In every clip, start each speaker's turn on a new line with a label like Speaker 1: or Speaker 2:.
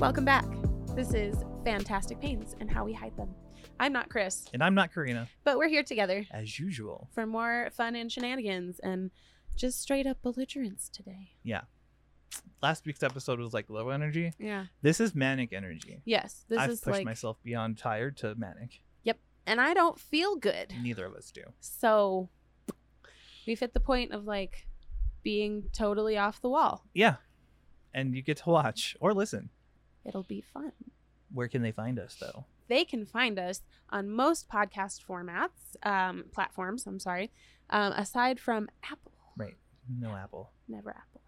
Speaker 1: Welcome back. This is Fantastic Pains and How We Hide Them. I'm not Chris,
Speaker 2: And I'm not Karina,
Speaker 1: but we're here together
Speaker 2: as usual.
Speaker 1: for more fun and shenanigans and just straight up belligerence today.
Speaker 2: Last week's episode was like low energy.
Speaker 1: Yeah.
Speaker 2: This is manic energy.
Speaker 1: Yes. This
Speaker 2: I've
Speaker 1: is
Speaker 2: pushed
Speaker 1: like,
Speaker 2: myself beyond tired to manic.
Speaker 1: and I don't feel good.
Speaker 2: Neither of us do.
Speaker 1: So we've hit the point of like being totally off the wall.
Speaker 2: Yeah. And you get to watch or listen.
Speaker 1: It'll be fun.
Speaker 2: Where can they find us though?
Speaker 1: they can find us on most podcast formats, um, platforms, I'm sorry, um, aside from Apple.
Speaker 2: Right. No Apple.
Speaker 1: Never Apple.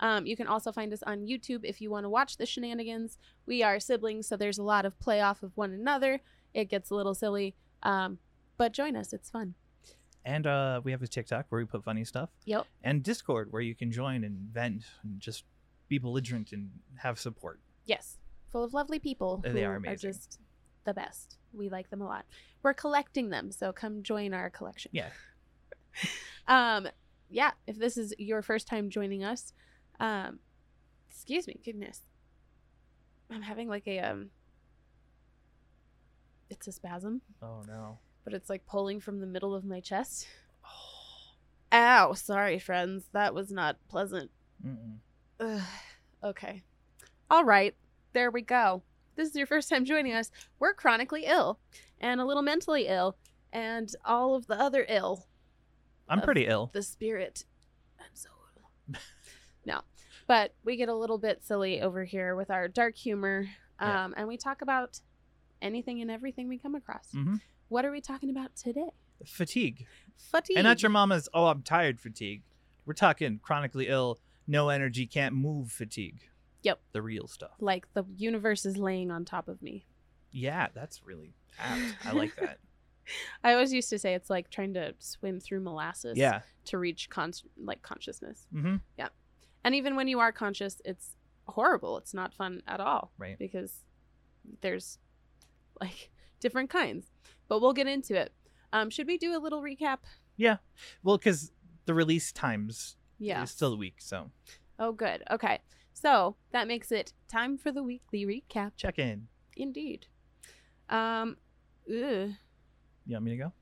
Speaker 1: Um, you can also find us on YouTube if you want to watch the shenanigans. We are siblings, so there's a lot of play off of one another. It gets a little silly, um, but join us. It's fun.
Speaker 2: And uh, we have a TikTok where we put funny stuff.
Speaker 1: Yep.
Speaker 2: And Discord where you can join and vent and just be belligerent and have support.
Speaker 1: Yes. Full of lovely people.
Speaker 2: They
Speaker 1: who
Speaker 2: are amazing.
Speaker 1: just the best. We like them a lot. We're collecting them, so come join our collection.
Speaker 2: Yeah.
Speaker 1: um, yeah, if this is your first time joining us, um, excuse me, goodness. I'm having like a um it's a spasm,
Speaker 2: Oh no.
Speaker 1: but it's like pulling from the middle of my chest. Ow, sorry friends. That was not pleasant.
Speaker 2: Mm-mm.
Speaker 1: Ugh. Okay. All right. There we go. This is your first time joining us. We're chronically ill and a little mentally ill and all of the other ill.
Speaker 2: I'm
Speaker 1: Of
Speaker 2: pretty ill.
Speaker 1: The spirit. I'm so ill. no. But we get a little bit silly over here with our dark humor. Um,
Speaker 2: Yeah.
Speaker 1: And we talk about anything and everything we come across.
Speaker 2: Mhm.
Speaker 1: What are we talking about today?
Speaker 2: Fatigue.
Speaker 1: Fatigue.
Speaker 2: And not your mama's, oh, I'm tired fatigue. We're talking chronically ill, no energy, can't move fatigue.
Speaker 1: Yep.
Speaker 2: The real stuff.
Speaker 1: like the universe is laying on top of me.
Speaker 2: Yeah, that's really apt. I like that.
Speaker 1: I always used to say it's like trying to swim through molasses.
Speaker 2: yeah.
Speaker 1: to reach con- like consciousness.
Speaker 2: Mm-hmm.
Speaker 1: And even when you are conscious, it's horrible. It's not fun at all
Speaker 2: Right.
Speaker 1: because there's like different kinds. But we'll get into it. Um, should we do a little recap?
Speaker 2: Well, because the release times
Speaker 1: Yeah.
Speaker 2: is still a week, so
Speaker 1: Oh, good. Okay. So that makes it time for the weekly recap.
Speaker 2: check in.
Speaker 1: Indeed. Um, ugh.
Speaker 2: You want me to go?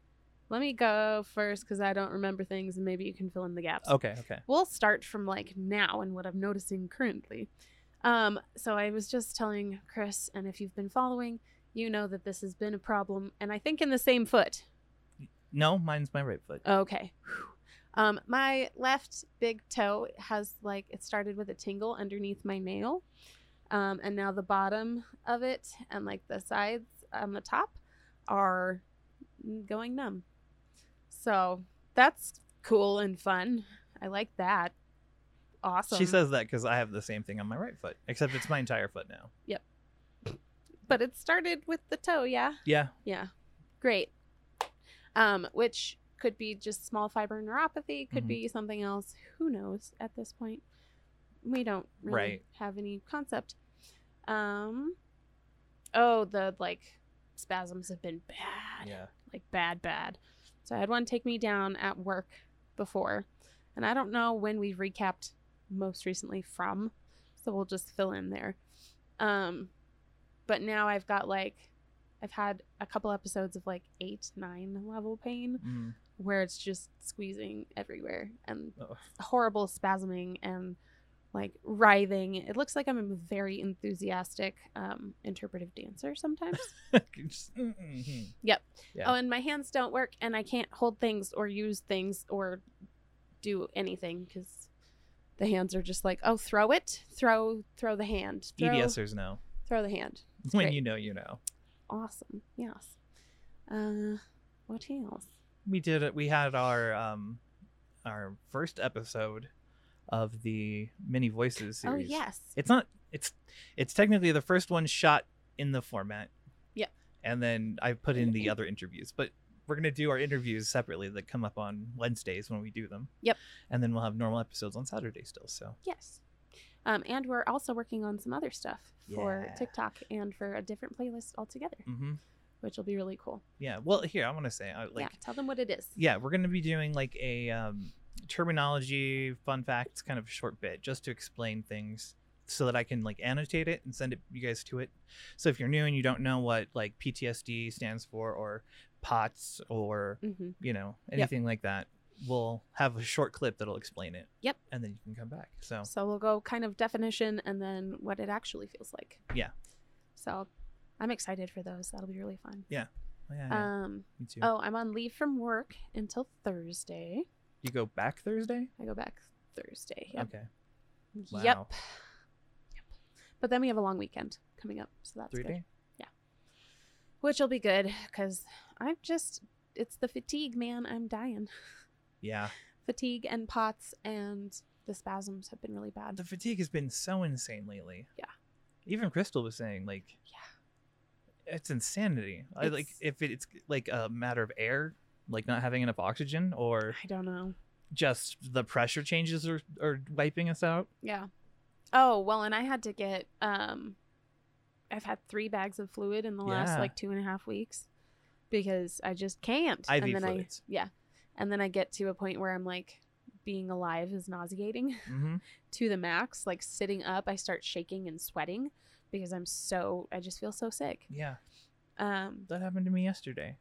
Speaker 1: Let me go first because I don't remember things and maybe you can fill in the gaps.
Speaker 2: Okay, okay.
Speaker 1: we'll start from like now and what I'm noticing currently. Um, so I was just telling Chris, and if you've been following, you know that this has been a problem, and I think in the same foot.
Speaker 2: No, mine's my right foot.
Speaker 1: Okay. Whew. Um, my left big toe has like it started with a tingle underneath my nail, um, and now the bottom of it and like the sides on the top are going numb. So that's cool and fun. I like that. Awesome.
Speaker 2: She says that because I have the same thing on my right foot, except it's my entire foot now.
Speaker 1: but it started with the toe. Yeah.
Speaker 2: Yeah.
Speaker 1: Yeah. Great. Um, which could be just small fiber neuropathy, could
Speaker 2: Mhm.
Speaker 1: be something else. Who knows at this point? We don't really
Speaker 2: Right.
Speaker 1: have any concept. Um oh, the like spasms have been bad.
Speaker 2: Yeah.
Speaker 1: Like bad, bad. So I had one take me down at work before. And I don't know when we've recapped most recently from. So we'll just fill in there. Um but now I've got like I've had a couple episodes of like eight, nine level pain
Speaker 2: Mm.
Speaker 1: where it's just squeezing everywhere and
Speaker 2: Oh.
Speaker 1: horrible spasming and like writhing. It looks like I'm a very enthusiastic um, interpretive dancer sometimes.
Speaker 2: Just, mm, mm, mm.
Speaker 1: yep.
Speaker 2: Yeah.
Speaker 1: Oh, and my hands don't work and I can't hold things or use things or do anything because the hands are just like, oh, throw it, throw, throw the hand, throw,
Speaker 2: EDSers E know.
Speaker 1: throw the hand.
Speaker 2: When
Speaker 1: great.
Speaker 2: you know, you know.
Speaker 1: Awesome. Yes. Uh, what else?
Speaker 2: we did it we had our um our first episode of the mini voices
Speaker 1: Oh
Speaker 2: series
Speaker 1: yes.
Speaker 2: it's not it's it's technically the first one shot in the format
Speaker 1: Yeah. Mm-hmm.
Speaker 2: and then i put in the other interviews but we're going to do our interviews separately that come up on wednesdays when we do them
Speaker 1: Yep.
Speaker 2: and then we'll have normal episodes on saturday still so
Speaker 1: Yes. Um, and we're also working on some other stuff for
Speaker 2: Yeah.
Speaker 1: TikTok and for a different playlist altogether,
Speaker 2: hmm
Speaker 1: which will be really cool.
Speaker 2: yeah well here i want to say I, like
Speaker 1: yeah, tell them what it is.
Speaker 2: yeah we're going to be doing like a um, terminology fun facts kind of short bit just to explain things so that I can like annotate it and send it you guys to it. So if you're new and you don't know what like PTSD stands for or POTS or
Speaker 1: hmm
Speaker 2: you know anything like that, we'll have a short clip that'll explain it.
Speaker 1: Yep.
Speaker 2: And then you can come back. So
Speaker 1: So we'll go kind of definition and then what it actually feels like.
Speaker 2: Yeah.
Speaker 1: So I'm excited for those. That'll be really fun.
Speaker 2: yeah, yeah,
Speaker 1: Um,
Speaker 2: me too.
Speaker 1: oh, I'm on leave from work until Thursday.
Speaker 2: you go back Thursday?
Speaker 1: I go back Thursday. Yep.
Speaker 2: Okay.
Speaker 1: Yep.
Speaker 2: Oh, Wow.
Speaker 1: yep. But then we have a long weekend coming up, so that's
Speaker 2: Three
Speaker 1: good.
Speaker 2: day?
Speaker 1: Which will be good because I'm just it's the fatigue, man. I'm dying.
Speaker 2: Yeah.
Speaker 1: Fatigue and POTS and the spasms have been really bad.
Speaker 2: The fatigue has been so insane lately.
Speaker 1: Yeah.
Speaker 2: Even Crystal was saying like it's insanity. I, like
Speaker 1: It's-
Speaker 2: if it's like a matter of air, like not having enough oxygen, or
Speaker 1: I don't know.
Speaker 2: just the pressure changes are, are wiping us out.
Speaker 1: Yeah. Oh, well, and I had to get um I've had three bags of fluid in the last
Speaker 2: Yeah.
Speaker 1: like two and a half weeks because I just can't.
Speaker 2: IV
Speaker 1: and then
Speaker 2: fluids.
Speaker 1: I yeah. And then I get to a point where I'm like being alive is nauseating
Speaker 2: hmm
Speaker 1: to the max. Like sitting up, I start shaking and sweating because I'm so I just feel so sick.
Speaker 2: Yeah,
Speaker 1: Um
Speaker 2: that happened to me yesterday.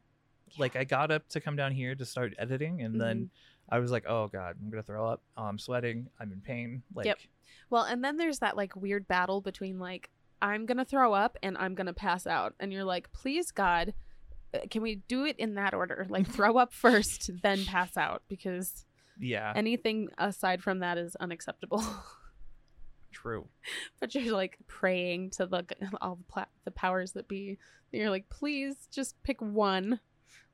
Speaker 2: Like I got up to come down here to start editing, and then
Speaker 1: Mm-hmm.
Speaker 2: I was like, "Oh God, I'm gonna throw up. Oh, I'm sweating. I'm in pain." Like,
Speaker 1: Yep. Well, and then there's that like weird battle between like I'm going to throw up and I'm going to pass out and you're like, "Please God, uh, can we do it in that order? Like throw up first, then pass out because
Speaker 2: yeah,
Speaker 1: anything aside from that is unacceptable."
Speaker 2: true.
Speaker 1: but you're like praying to the all the, pla- the powers that be. that You're like, "Please just pick one.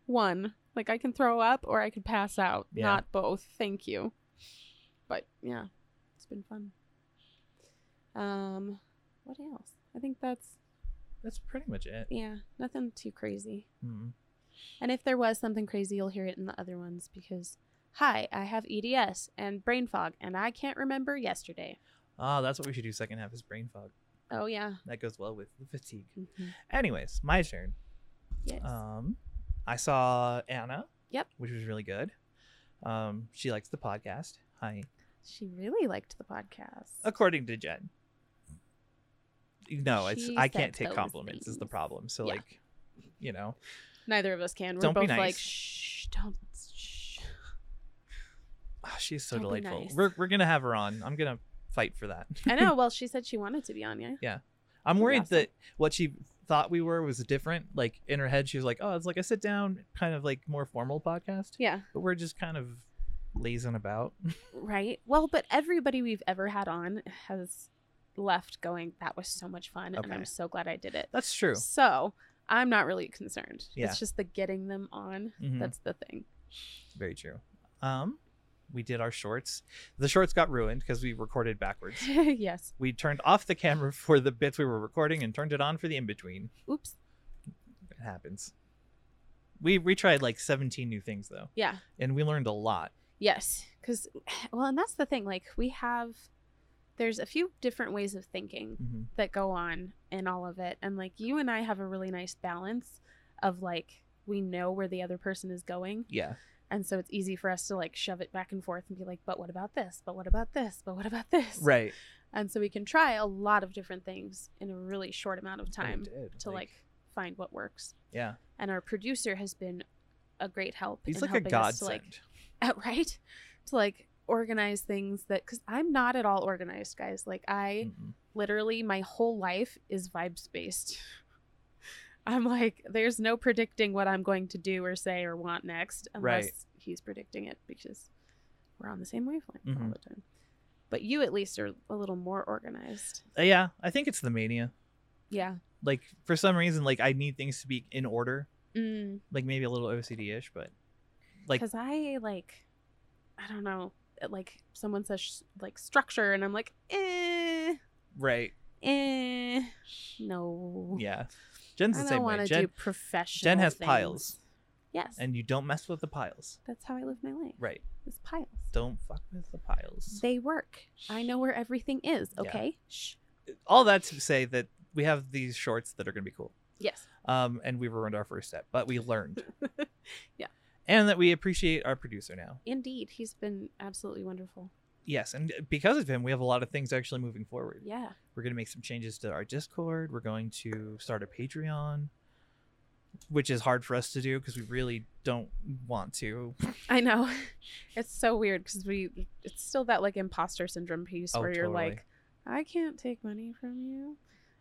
Speaker 1: One. Like I can throw up or I could pass out,
Speaker 2: Yeah.
Speaker 1: not both. Thank you." But yeah, it's been fun. Um what else? I think that's
Speaker 2: That's pretty much it.
Speaker 1: yeah, nothing too crazy.
Speaker 2: Mhm.
Speaker 1: And if there was something crazy, you'll hear it in the other ones because hi, I have EDS and brain fog and I can't remember yesterday.
Speaker 2: Ah, that's what we should do. Second half is brain fog.
Speaker 1: Oh yeah.
Speaker 2: That goes well with the fatigue.
Speaker 1: Mhm.
Speaker 2: Anyways, my turn.
Speaker 1: Yes.
Speaker 2: Um, I saw Anna.
Speaker 1: Yep.
Speaker 2: Which was really good. Um, she likes the podcast. Hi.
Speaker 1: she really liked the podcast.
Speaker 2: According to Jen. No, it's
Speaker 1: She
Speaker 2: I
Speaker 1: said
Speaker 2: can't take
Speaker 1: those
Speaker 2: compliments is the
Speaker 1: things.
Speaker 2: problem. So
Speaker 1: Yeah.
Speaker 2: like, you know,
Speaker 1: Neither of us can. We're
Speaker 2: Don't be
Speaker 1: both
Speaker 2: nice.
Speaker 1: like, shh, don't. Shh.
Speaker 2: ah, she's so
Speaker 1: Don't be
Speaker 2: delightful.
Speaker 1: nice.
Speaker 2: We're we're gonna have her on. I'm gonna fight for that.
Speaker 1: I know. Well, she said she wanted to be on, yeah.
Speaker 2: I'm
Speaker 1: That'd be
Speaker 2: worried
Speaker 1: awesome.
Speaker 2: that what she thought we were was different. Like in her head, she was like, "Oh, it's like a sit down, kind of like more formal podcast."
Speaker 1: Yeah.
Speaker 2: But we're just kind of lazing about.
Speaker 1: Right. Well, but everybody we've ever had on has left going, that was so much fun. And
Speaker 2: Okay.
Speaker 1: I'm so glad I did it.
Speaker 2: That's true.
Speaker 1: So I'm not really concerned.
Speaker 2: Yeah.
Speaker 1: It's just the getting them on.
Speaker 2: Mhm.
Speaker 1: That's the thing.
Speaker 2: Very true. Um, we did our shorts. The shorts got ruined because we recorded backwards.
Speaker 1: yes.
Speaker 2: We turned off the camera for the bits we were recording and turned it on for the in between.
Speaker 1: Oops.
Speaker 2: It happens. We we tried like 17 new things though,
Speaker 1: Yeah.
Speaker 2: and we learned a lot.
Speaker 1: Yes, because well, and that's the thing. Like we have, there's a few different ways of thinking
Speaker 2: Mhm.
Speaker 1: that go on in all of it, and like you and I have a really nice balance of like we know where the other person is going,
Speaker 2: Yeah,
Speaker 1: and so it's easy for us to like shove it back and forth and be like, but what about this? But what about this? But what about this?
Speaker 2: right.
Speaker 1: And so we can try a lot of different things in a really short amount of
Speaker 2: And we
Speaker 1: time
Speaker 2: did,
Speaker 1: to like find what works.
Speaker 2: yeah.
Speaker 1: And our producer has been a great help.
Speaker 2: He's
Speaker 1: in
Speaker 2: like a
Speaker 1: helping us to,
Speaker 2: godsend.
Speaker 1: like uh, right to like organize things that because i'm not at all organized guys like i
Speaker 2: Mhm.
Speaker 1: literally my whole life is vibes based i'm like there's no predicting what i'm going to do or say or want next unless
Speaker 2: Right.
Speaker 1: he's predicting it because we're on the same wavelength all
Speaker 2: Mhm.
Speaker 1: the time but you at least are a little more organized
Speaker 2: Uh, yeah, I think it's the mania.
Speaker 1: yeah
Speaker 2: Like for some reason, like I need things to be in order.
Speaker 1: mm,
Speaker 2: Like maybe a little OCD ish, but like
Speaker 1: because I like, I don't know, uh, like someone says sh- like structure, and I'm like, eh,
Speaker 2: right.
Speaker 1: eh, no,
Speaker 2: Yeah, Jen's
Speaker 1: I
Speaker 2: the
Speaker 1: don't
Speaker 2: same
Speaker 1: want
Speaker 2: way.
Speaker 1: to
Speaker 2: Jen
Speaker 1: do professional.
Speaker 2: Jen has
Speaker 1: things.
Speaker 2: piles.
Speaker 1: Yes,
Speaker 2: and you don't mess with the piles.
Speaker 1: that's how I live my life.
Speaker 2: Right.
Speaker 1: It's piles.
Speaker 2: Don't fuck with the piles.
Speaker 1: They work. I know where everything is.
Speaker 2: Yeah.
Speaker 1: Okay. Shh.
Speaker 2: All that to say that we have these shorts that are going to be cool.
Speaker 1: Yes.
Speaker 2: Um, and we ruined our first step, but we learned.
Speaker 1: Yeah.
Speaker 2: And that we appreciate our producer now.
Speaker 1: Indeed, he's been absolutely wonderful.
Speaker 2: yes, and because of him, we have a lot of things actually moving forward.
Speaker 1: Yeah.
Speaker 2: We're gonna make some changes to our Discord. We're going to start a Patreon, which is hard for us to do because we really don't want to.
Speaker 1: I know. It's so weird because we it's still that like imposter syndrome piece
Speaker 2: Oh,
Speaker 1: where you're
Speaker 2: totally.
Speaker 1: like, I can't take money from you.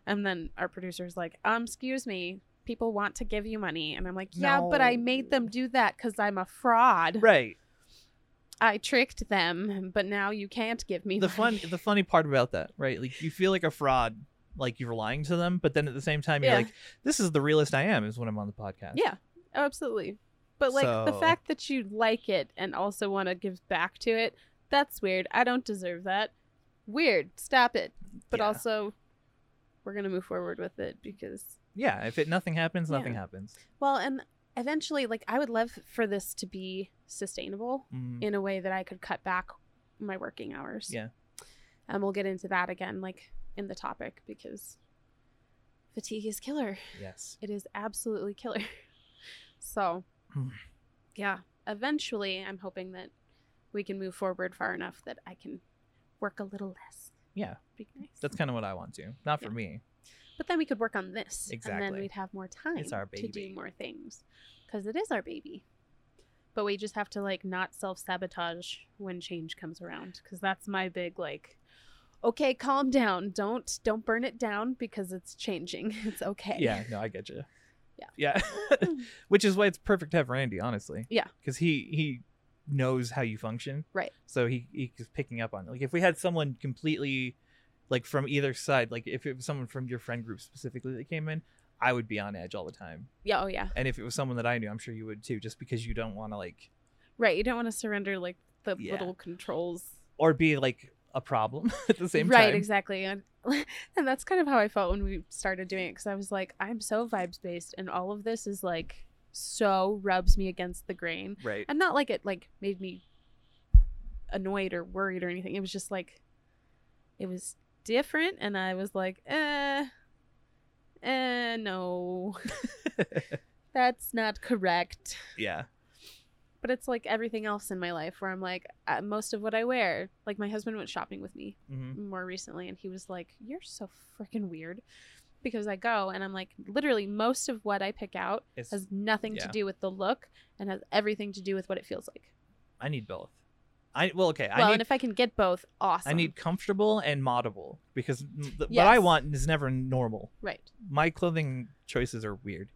Speaker 1: And then our producer's like, um, excuse me, people want to give you money. And I'm like, yeah, but I made them do that because I'm a fraud.
Speaker 2: Right.
Speaker 1: I tricked them, but now you can't give me
Speaker 2: the
Speaker 1: money.
Speaker 2: fun the funny part about that right like you feel like a fraud like you're lying to them but then at the same time you're
Speaker 1: Yeah.
Speaker 2: like this is the realest i am is when i'm on the podcast
Speaker 1: Yeah, Oh, absolutely. But like the
Speaker 2: So-
Speaker 1: fact that you like it and also want to give back to it, that's weird. I don't deserve that. Weird. Stop it. But
Speaker 2: Yeah.
Speaker 1: also, we're gonna move forward with it because
Speaker 2: yeah if it nothing happens
Speaker 1: Yeah.
Speaker 2: nothing happens
Speaker 1: well, and eventually, like I would love for this to be sustainable
Speaker 2: Mm,
Speaker 1: in a way that I could cut back my working hours.
Speaker 2: Yeah.
Speaker 1: And we'll get into that again, like in the topic, because fatigue is killer.
Speaker 2: yes
Speaker 1: It is absolutely killer. So,
Speaker 2: Hmm.
Speaker 1: yeah, eventually I'm hoping that we can move forward far enough that I can work a little less.
Speaker 2: Yeah.
Speaker 1: Be nice.
Speaker 2: that's kind of what i want to not for
Speaker 1: Yeah.
Speaker 2: me
Speaker 1: but then we could work on this. And
Speaker 2: Exactly.
Speaker 1: then we'd have more time
Speaker 2: It's our
Speaker 1: to do
Speaker 2: baby.
Speaker 1: more things because it is our baby. But we just have to like not self sabotage when change comes around because that's my big like. Okay, calm down. Don't don't burn it down because it's changing. It's okay.
Speaker 2: yeah no i get you
Speaker 1: Yeah.
Speaker 2: yeah which is why it's perfect to have randy honestly
Speaker 1: Yeah.
Speaker 2: because he he knows how you function
Speaker 1: Right.
Speaker 2: so he he's picking up on it like if we had someone completely like from either side like if it was someone from your friend group specifically that came in i would be on edge all the time
Speaker 1: Yeah. Oh yeah.
Speaker 2: and if it was someone that I knew, I'm sure you would too, just because you don't want to like
Speaker 1: Right. You don't want to surrender like the
Speaker 2: Yeah.
Speaker 1: little controls.
Speaker 2: or be like a problem at the same
Speaker 1: right,
Speaker 2: time.
Speaker 1: exactly. And, and that's kind of how I felt when we started doing it because I was like, I'm so vibes based and all of this is like so rubs me against the grain.
Speaker 2: Right.
Speaker 1: And not like it like made me annoyed or worried or anything. It was just like it was different and I was like, eh, eh, no. that's not correct.
Speaker 2: yeah.
Speaker 1: but it's like everything else in my life where I'm like, uh, most of what I wear. Like my husband went shopping with me
Speaker 2: hmm
Speaker 1: more recently, and he was like, "You're so freaking weird," because I go and I'm like, literally most of what I pick out
Speaker 2: It's
Speaker 1: has nothing to
Speaker 2: yeah.
Speaker 1: do with the look and has everything to do with what it feels like.
Speaker 2: I need both. I well okay.
Speaker 1: well,
Speaker 2: I need
Speaker 1: and if I can get both, awesome.
Speaker 2: I need comfortable and moddable because th- what
Speaker 1: Yes.
Speaker 2: I want is never normal.
Speaker 1: right.
Speaker 2: My clothing choices are weird,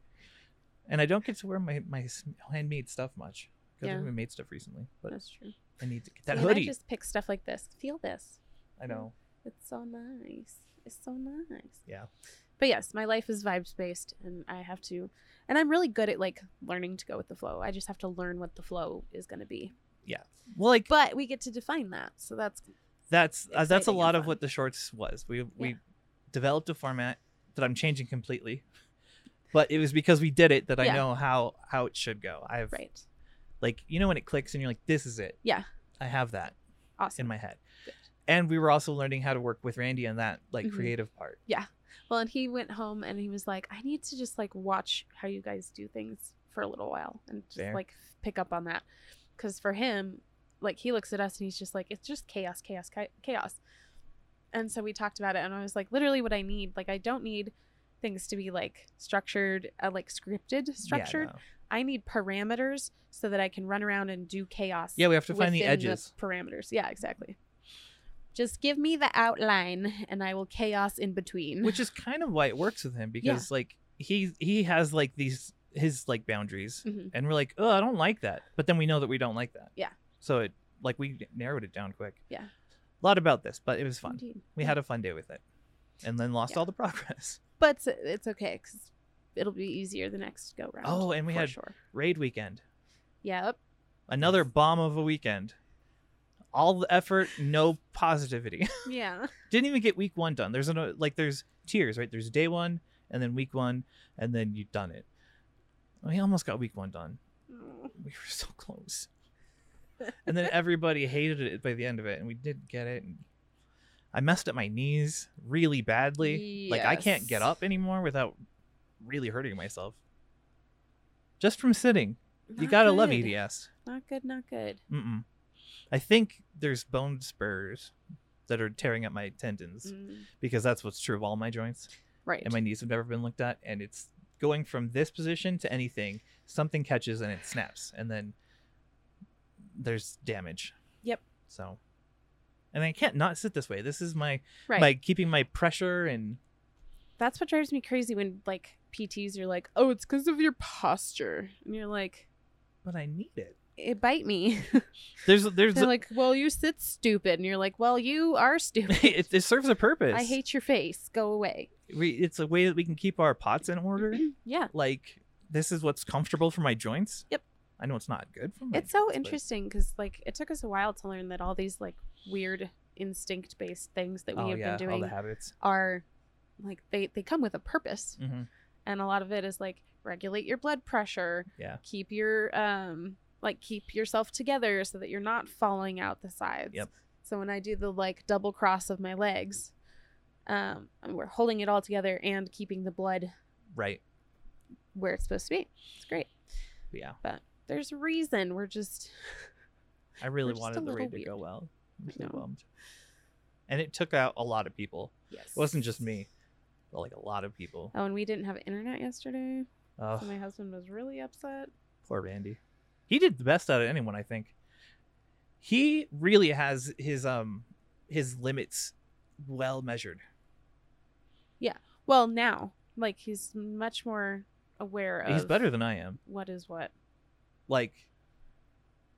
Speaker 2: and I don't get to wear my my s- handmade stuff much. 'cause I
Speaker 1: Yeah.
Speaker 2: haven't made stuff recently, but
Speaker 1: That's true.
Speaker 2: I need to get that
Speaker 1: See, and
Speaker 2: hoodie.
Speaker 1: I just pick stuff like this. Feel this.
Speaker 2: I know.
Speaker 1: It's so nice. It's so nice.
Speaker 2: Yeah.
Speaker 1: But yes, my life is vibes based and I have to and I'm really good at like learning to go with the flow. I just have to learn what the flow is going to be.
Speaker 2: Well, like
Speaker 1: But we get to define that. So that's
Speaker 2: that's uh, that's a
Speaker 1: exciting and
Speaker 2: lot of
Speaker 1: fun.
Speaker 2: what the shorts was. We we developed a format that I'm changing completely, but it was because we did it that I
Speaker 1: Yeah.
Speaker 2: know how how it should go. I've
Speaker 1: right.
Speaker 2: like you know when it clicks and you're like this is it.
Speaker 1: Yeah.
Speaker 2: I have that in
Speaker 1: Awesome.
Speaker 2: my head,
Speaker 1: Good.
Speaker 2: and we were also learning how to work with Randy on that like
Speaker 1: Mhm.
Speaker 2: creative part.
Speaker 1: well, and he went home and he was like, "I need to just like watch how you guys do things for a little while and just
Speaker 2: Fair.
Speaker 1: like pick up on that." Cuz for him, like he looks at us and he's just like, "It's just chaos, chaos, cha- chaos." and so we talked about it and i was like literally what i need like i don't need things to be like structured uh, like scripted structured
Speaker 2: Yeah, no.
Speaker 1: i need parameters so that i can run around and do chaos
Speaker 2: Yeah, we have to find the
Speaker 1: within
Speaker 2: edges.
Speaker 1: parameters yeah exactly just give me the outline and i will chaos in between
Speaker 2: Which is kind of why it works with him because like he he has like these his like boundaries,
Speaker 1: Mhm.
Speaker 2: and we're like oh I don't like that, but then we know that we don't like that.
Speaker 1: Yeah.
Speaker 2: So it like we narrowed it down quick.
Speaker 1: Yeah.
Speaker 2: A lot about this, but it was fun.
Speaker 1: Indeed.
Speaker 2: We had a fun day with it, and then lost
Speaker 1: Yeah.
Speaker 2: all the progress.
Speaker 1: but it's, it's okay because it'll be easier the next go round
Speaker 2: Oh, and we
Speaker 1: for
Speaker 2: had-
Speaker 1: sure
Speaker 2: Raid weekend,
Speaker 1: yep
Speaker 2: another bomb of a weekend. All the effort, no positivity.
Speaker 1: yeah
Speaker 2: Didn't even get week one done. There's no like there's tiers, right? There's day one, and then week one, and then you've done it. We almost got week one done. We were so close. And then everybody hated it by the end of it, and we didn't get it. And I messed up my knees really badly. Like I can't get
Speaker 1: Yes.
Speaker 2: up anymore without really hurting myself. Just from sitting. You
Speaker 1: Not
Speaker 2: gotta love E
Speaker 1: good.
Speaker 2: EDS.
Speaker 1: not good not good
Speaker 2: Mm-mm. I think there's bone spurs that are tearing at my tendons
Speaker 1: Mm,
Speaker 2: because that's what's true of all my joints.
Speaker 1: right.
Speaker 2: And my knees have never been looked at, and it's going from this position to anything. Something catches and it snaps, and then there's damage.
Speaker 1: Yep.
Speaker 2: So, and I can't not sit this way. This is my
Speaker 1: right.
Speaker 2: my keeping my pressure and
Speaker 1: That's what drives me crazy when like PTs are like, "Oh, it's because of your posture," and you're like,
Speaker 2: but I need it.
Speaker 1: "It bite me."
Speaker 2: There's there's
Speaker 1: They're like, "Well, you sit stupid," and you're like, "Well, you are stupid.
Speaker 2: it, it serves a purpose.
Speaker 1: I hate your face. Go away."
Speaker 2: we, it's a way that we can keep our pots in order.
Speaker 1: Yeah,
Speaker 2: like this is what's comfortable for my joints.
Speaker 1: Yep.
Speaker 2: I know it's not good for my
Speaker 1: it's so
Speaker 2: joints, but-
Speaker 1: interesting because like it took us a while to learn that all these like weird instinct based things that we
Speaker 2: oh
Speaker 1: have
Speaker 2: yeah,
Speaker 1: been
Speaker 2: all the
Speaker 1: doing
Speaker 2: habits.
Speaker 1: are like they they come with a purpose,
Speaker 2: hmm
Speaker 1: and a lot of it is like regulate your blood pressure,
Speaker 2: Yeah.
Speaker 1: keep your um like keep yourself together so that you're not falling out the sides.
Speaker 2: Yep.
Speaker 1: So when I do the like double cross of my legs, um, we're holding it all together and keeping the blood
Speaker 2: Right.
Speaker 1: where it's supposed to be. It's great.
Speaker 2: Yeah.
Speaker 1: There's a reason. We're just
Speaker 2: I really
Speaker 1: just a
Speaker 2: wanted the raid
Speaker 1: little
Speaker 2: to go
Speaker 1: weird.
Speaker 2: well. I'm so
Speaker 1: know.
Speaker 2: bummed. And it took out a lot of people.
Speaker 1: yes.
Speaker 2: It wasn't just me, but like a lot of people.
Speaker 1: Oh, and we didn't have internet yesterday,
Speaker 2: Oh,
Speaker 1: so my husband was really upset.
Speaker 2: poor Randy. He did the best out of anyone, I think. He really has his um his limits well measured.
Speaker 1: Well, now like he's much more aware of
Speaker 2: He's better than I am.
Speaker 1: what is what.
Speaker 2: like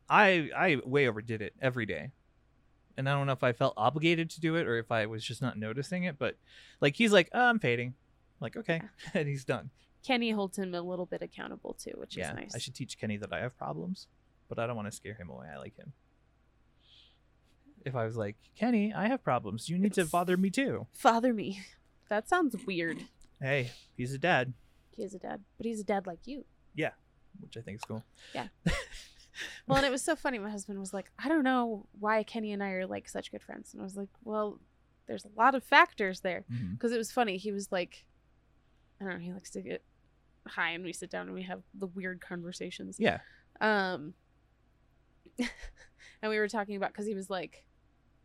Speaker 2: i i way overdid it every day and i don't know if i felt obligated to do it or if i was just not noticing it but like he's like oh, i'm fading I'm like okay and he's done
Speaker 1: Kenny holds him a little bit accountable too, which
Speaker 2: yeah
Speaker 1: is nice.
Speaker 2: i should teach kenny that i have problems but i don't want to scare him away i like him if i was like kenny i have problems you need to
Speaker 1: It's-
Speaker 2: bother me too
Speaker 1: Father me. That sounds weird.
Speaker 2: hey he's a dad
Speaker 1: He is a dad, but he's a dad like you.
Speaker 2: which i think is cool
Speaker 1: Well, and it was so funny. My husband was like, I don't know why Kenny and I are like such good friends. And I was like, well, there's a lot of factors there.
Speaker 2: Mhm.
Speaker 1: Because it was funny. He was like, I don't know, he likes to get high and we sit down and we have the weird conversations.
Speaker 2: yeah
Speaker 1: Um, and we were talking about because he was like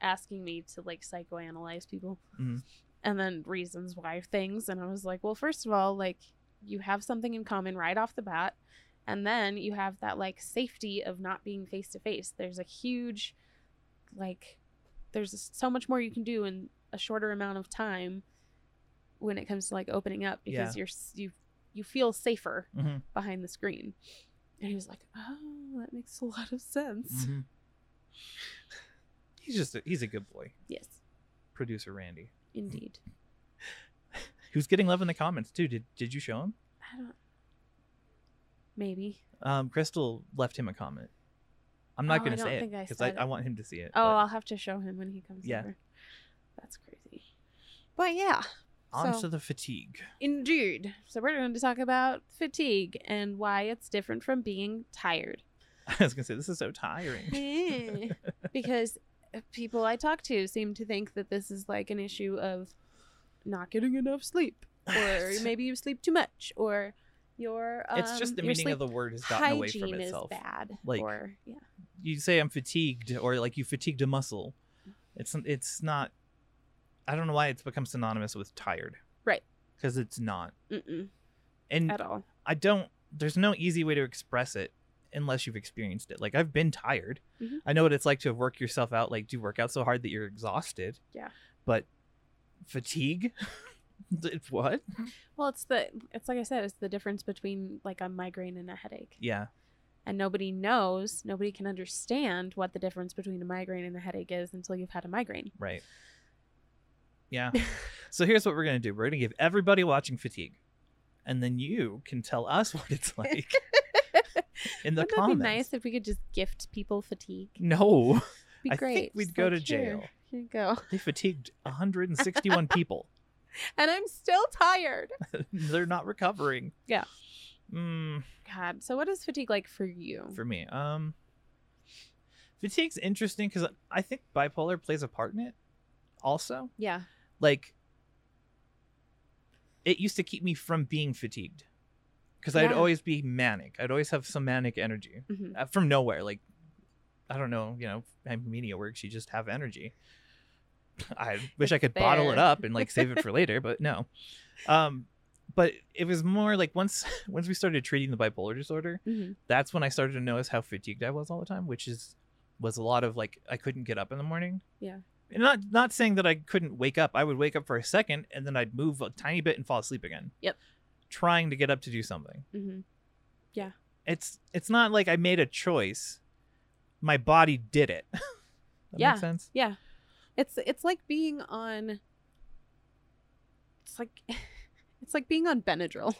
Speaker 1: asking me to like psychoanalyze people
Speaker 2: Mhm.
Speaker 1: and then reasons why things. And I was like, well, first of all, like you have something in common right off the bat. And then you have that like safety of not being face to face. There's a huge, like, there's so much more you can do in a shorter amount of time when it comes to like opening up because you're s- you you feel safer
Speaker 2: hmm
Speaker 1: behind the screen. And he was like, Oh, that makes a lot of sense.
Speaker 2: hmm he's just a, he's a good boy
Speaker 1: Yes,
Speaker 2: producer randy
Speaker 1: indeed.
Speaker 2: who's getting love in the comments too. Did did you show him?
Speaker 1: I don't maybe.
Speaker 2: Um, Crystal left him a comment. I'm not
Speaker 1: Oh, I
Speaker 2: gonna
Speaker 1: don't
Speaker 2: say it
Speaker 1: think I
Speaker 2: because I,
Speaker 1: said
Speaker 2: I,
Speaker 1: it.
Speaker 2: want him to see it.
Speaker 1: Oh,
Speaker 2: but
Speaker 1: I'll have to show him when he comes
Speaker 2: Yeah.
Speaker 1: over. That's crazy. But yeah.
Speaker 2: on
Speaker 1: uh, so-
Speaker 2: to the fatigue.
Speaker 1: Indeed. So we're going to talk about fatigue and why it's different from being tired.
Speaker 2: I was gonna say this is so tiring.
Speaker 1: Eh, because people I talk to seem to think that this is like an issue of not getting enough sleep, or maybe you sleep too much, or your um,
Speaker 2: it's just the
Speaker 1: your
Speaker 2: meaning
Speaker 1: sleep
Speaker 2: of the word has gotten away from
Speaker 1: hygiene
Speaker 2: itself.
Speaker 1: Is bad,
Speaker 2: Like-
Speaker 1: or yeah,
Speaker 2: You say I'm fatigued, or like you fatigued a muscle. It's it's not. I don't know why it's become synonymous with tired.
Speaker 1: Right.
Speaker 2: Because it's not,
Speaker 1: Mm-mm,
Speaker 2: and
Speaker 1: at all.
Speaker 2: I don't. There's no easy way to express it unless you've experienced it. Like I've been tired.
Speaker 1: Mhm.
Speaker 2: I know what it's like to have worked yourself out, like do work out so hard that you're exhausted.
Speaker 1: Yeah.
Speaker 2: But fatigue. It's what?
Speaker 1: Well, it's the it's like I said, it's the difference between like a migraine and a headache,
Speaker 2: Yeah.
Speaker 1: and nobody knows, nobody can understand what the difference between a migraine and a headache is until you've had a migraine.
Speaker 2: Right. Yeah. so here's what we're gonna do. We're gonna give everybody watching fatigue, and then you can tell us what it's like in the
Speaker 1: Wouldn't that
Speaker 2: comments.
Speaker 1: be nice if we could just gift people fatigue?
Speaker 2: No,
Speaker 1: Be
Speaker 2: I
Speaker 1: great.
Speaker 2: think we'd
Speaker 1: Just
Speaker 2: go
Speaker 1: like,
Speaker 2: to
Speaker 1: "Here,
Speaker 2: jail.
Speaker 1: Here you go.
Speaker 2: they fatigued 161 people.
Speaker 1: And I'm still tired.
Speaker 2: They're not recovering.
Speaker 1: Yeah.
Speaker 2: Mm.
Speaker 1: God. So what is fatigue like for you?
Speaker 2: for me. Um, fatigue's interesting because I think bipolar plays a part in it. Also,
Speaker 1: yeah.
Speaker 2: like, it used to keep me from being fatigued because I'd
Speaker 1: Yeah.
Speaker 2: always be manic. I'd always have some manic energy
Speaker 1: Mhm.
Speaker 2: uh, from nowhere. Like, I don't know, you know, how media works. You just have energy. I wish I could bottle it
Speaker 1: fair.
Speaker 2: up and like save it for later, but no. Um, but it was more like once once we started treating the bipolar disorder,
Speaker 1: Mhm.
Speaker 2: that's when I started to notice how fatigued I was all the time, which is was a lot of like I couldn't get up in the morning.
Speaker 1: Yeah.
Speaker 2: And not not saying that I couldn't wake up. I would wake up for a second and then I'd move a tiny bit and fall asleep again.
Speaker 1: Yep.
Speaker 2: Trying to get up to do something.
Speaker 1: Mhm.
Speaker 2: It's it's not like I made a choice. My body did it. that
Speaker 1: Yeah.
Speaker 2: makes sense.
Speaker 1: Yeah. It's it's like being on it's like it's like being on Benadryl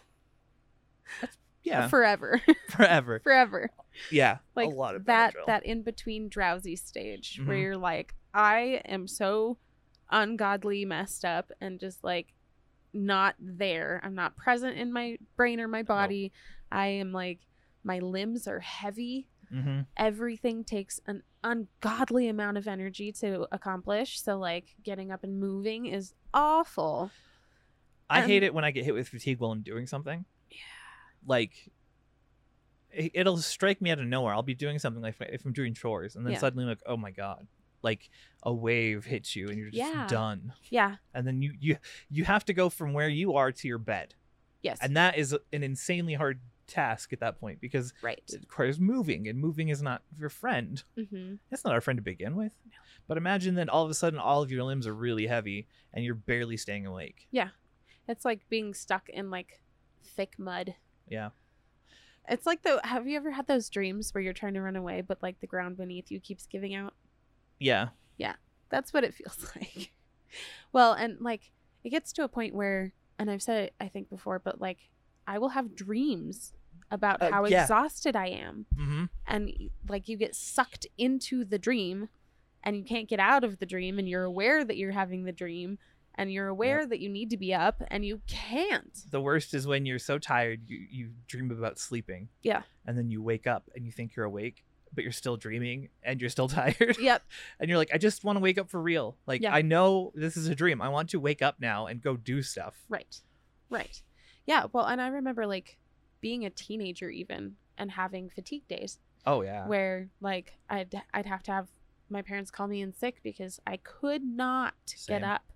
Speaker 2: Yeah.
Speaker 1: forever.
Speaker 2: forever.
Speaker 1: forever.
Speaker 2: Yeah.
Speaker 1: Like
Speaker 2: a lot of
Speaker 1: that
Speaker 2: Benadryl.
Speaker 1: that in between drowsy stage where
Speaker 2: Mhm.
Speaker 1: you're like I am so ungodly messed up and just like not there. I'm not present in my brain or my body. I am like my limbs are heavy.
Speaker 2: Mhm.
Speaker 1: everything takes an ungodly amount of energy to accomplish. So like getting up and moving is awful.
Speaker 2: I
Speaker 1: Um,
Speaker 2: hate it when I get hit with fatigue while I'm doing something.
Speaker 1: Yeah.
Speaker 2: Like it- it'll strike me out of nowhere. I'll be doing something like if I'm doing chores and then
Speaker 1: Yeah.
Speaker 2: suddenly I'm like, "Oh my god." Like a wave hits you and you're just
Speaker 1: Yeah.
Speaker 2: done.
Speaker 1: Yeah.
Speaker 2: And then you you you have to go from where you are to your bed.
Speaker 1: Yes.
Speaker 2: And that is an insanely hard task at that point because
Speaker 1: right.
Speaker 2: it requires moving and moving is not your friend.
Speaker 1: Mm-hmm.
Speaker 2: That's not our friend to begin with. But imagine then all of a sudden all of your limbs are really heavy and you're barely staying awake.
Speaker 1: It's like being stuck in like thick mud.
Speaker 2: Yeah.
Speaker 1: It's like the have you ever had those dreams where you're trying to run away but like the ground beneath you keeps giving out?
Speaker 2: Yeah.
Speaker 1: That's what it feels like. well, and like it gets to a point where and I've said it I think before, but like I will have dreams about
Speaker 2: Uh,
Speaker 1: how
Speaker 2: yeah.
Speaker 1: exhausted I am.
Speaker 2: Mhm.
Speaker 1: and like you get sucked into the dream and you can't get out of the dream and you're aware that you're having the dream and you're aware that you need to be up and you can't
Speaker 2: The worst is when you're so tired you, you dream about sleeping.
Speaker 1: Yeah.
Speaker 2: And then you wake up and you think you're awake, but you're still dreaming and you're still tired.
Speaker 1: yep
Speaker 2: and you're like, I just want to wake up for real. Like
Speaker 1: Yeah.
Speaker 2: I know this is a dream. I want to wake up now and go do stuff.
Speaker 1: right right yeah well and i remember like being a teenager even and having fatigue days
Speaker 2: Oh yeah.
Speaker 1: where like i'd i'd have to have my parents call me in sick because i could not
Speaker 2: Same.
Speaker 1: get up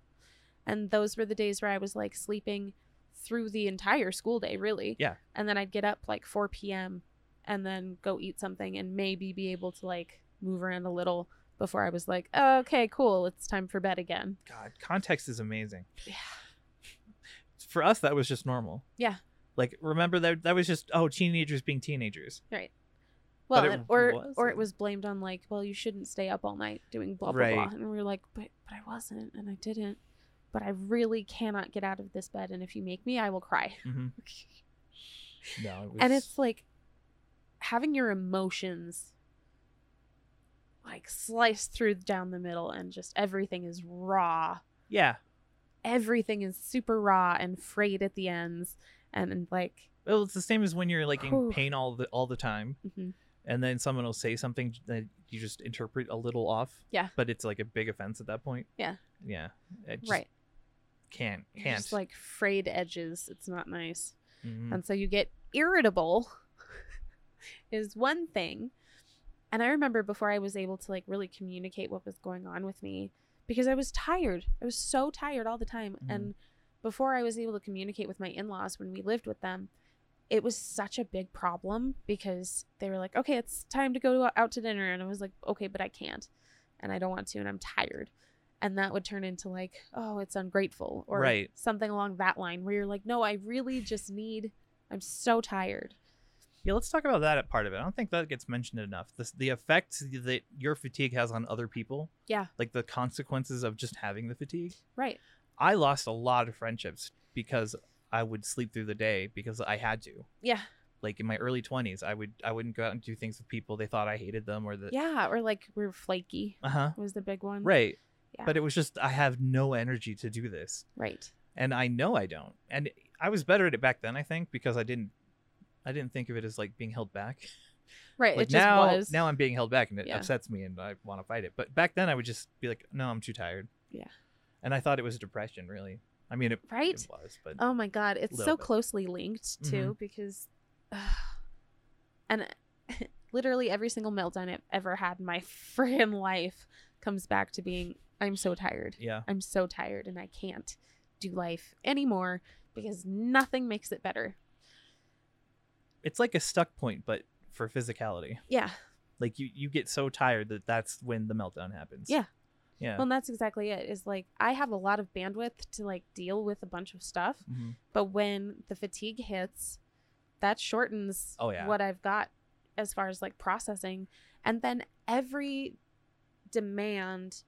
Speaker 1: and those were the days where i was like sleeping through the entire school day really
Speaker 2: Yeah.
Speaker 1: and then i'd get up like 4 p.m and then go eat something and maybe be able to like move around a little before i was like oh, okay cool it's time for bed again
Speaker 2: God, context is amazing.
Speaker 1: Yeah.
Speaker 2: For us, that was just normal.
Speaker 1: Yeah.
Speaker 2: Like remember that that was just oh teenagers being teenagers.
Speaker 1: well
Speaker 2: it
Speaker 1: and, or or it
Speaker 2: wasn't.
Speaker 1: was blamed on like well you shouldn't stay up all night doing blah blah
Speaker 2: Right.
Speaker 1: blah and we were like but but i wasn't and i didn't but i really cannot get out of this bed and if you make me i will cry
Speaker 2: hmm No, it was,
Speaker 1: and it's like having your emotions like sliced through down the middle and just everything is raw
Speaker 2: yeah,
Speaker 1: everything is super raw and frayed at the ends and, and like
Speaker 2: well, it's the same as when you're like in
Speaker 1: Whew.
Speaker 2: pain all the all the time,
Speaker 1: mhm,
Speaker 2: and then someone will say something that you just interpret a little off.
Speaker 1: Yeah.
Speaker 2: but it's like a big offense at that point.
Speaker 1: Yeah.
Speaker 2: yeah, it just
Speaker 1: right
Speaker 2: Can't
Speaker 1: It's
Speaker 2: can't.
Speaker 1: just like um, frayed edges it's not nice
Speaker 2: Mhm.
Speaker 1: And so you get irritable, is one thing. And I remember before I was able to like really communicate what was going on with me because I was tired. I was so tired all the time.
Speaker 2: Mhm.
Speaker 1: And before I was able to communicate with my in laws when we lived with them, it was such a big problem because they were like, okay, it's time to go out to dinner. And I was like, okay, but I can't. And I don't want to. And I'm tired. And that would turn into like, oh, it's ungrateful or
Speaker 2: Right.
Speaker 1: something along that line where you're like, no, I really just need I'm so tired.
Speaker 2: Yeah, let's talk about that part of it. I don't think that gets mentioned enough. The, the effect that your fatigue has on other people.
Speaker 1: Yeah.
Speaker 2: Like the consequences of just having the fatigue.
Speaker 1: Right.
Speaker 2: I lost a lot of friendships because I would sleep through the day because I had to.
Speaker 1: Yeah.
Speaker 2: Like in my early 20s, I would I wouldn't go out and do things with people they thought I hated them or that
Speaker 1: Yeah. Or like we're flaky
Speaker 2: Uh-huh.
Speaker 1: was the big one.
Speaker 2: Uh, Right.
Speaker 1: Um, Yeah.
Speaker 2: But it was just I have no energy to do this.
Speaker 1: Right.
Speaker 2: And I know I don't. And I was better at it back then, I think, because I didn't I didn't think of it as like being held back.
Speaker 1: Right.
Speaker 2: like
Speaker 1: it just
Speaker 2: now,
Speaker 1: was.
Speaker 2: now I'm being held back and it
Speaker 1: Yeah.
Speaker 2: upsets me and I want to fight it. But back then I would just be like, no, I'm too tired.
Speaker 1: Yeah.
Speaker 2: And I thought it was depression, really. I mean, it,
Speaker 1: Right?
Speaker 2: it was, but
Speaker 1: oh my God. It's
Speaker 2: Little Mm-hmm.
Speaker 1: so
Speaker 2: bit.
Speaker 1: closely linked too because, and literally every single meltdown I've ever had in my friggin' life comes back to being I'm so tired.
Speaker 2: Yeah.
Speaker 1: I'm so tired and I can't do life anymore because nothing makes it better.
Speaker 2: It's like a stuck point, but for physicality.
Speaker 1: Yeah.
Speaker 2: Like you, you get so tired that that's when the meltdown happens.
Speaker 1: Yeah.
Speaker 2: Yeah.
Speaker 1: Well, and that's exactly it. Is like I have a lot of bandwidth to like deal with a bunch of stuff,
Speaker 2: Mhm.
Speaker 1: but when the fatigue hits, that shortens
Speaker 2: Oh, yeah.
Speaker 1: what I've got as far as like processing. And then every demand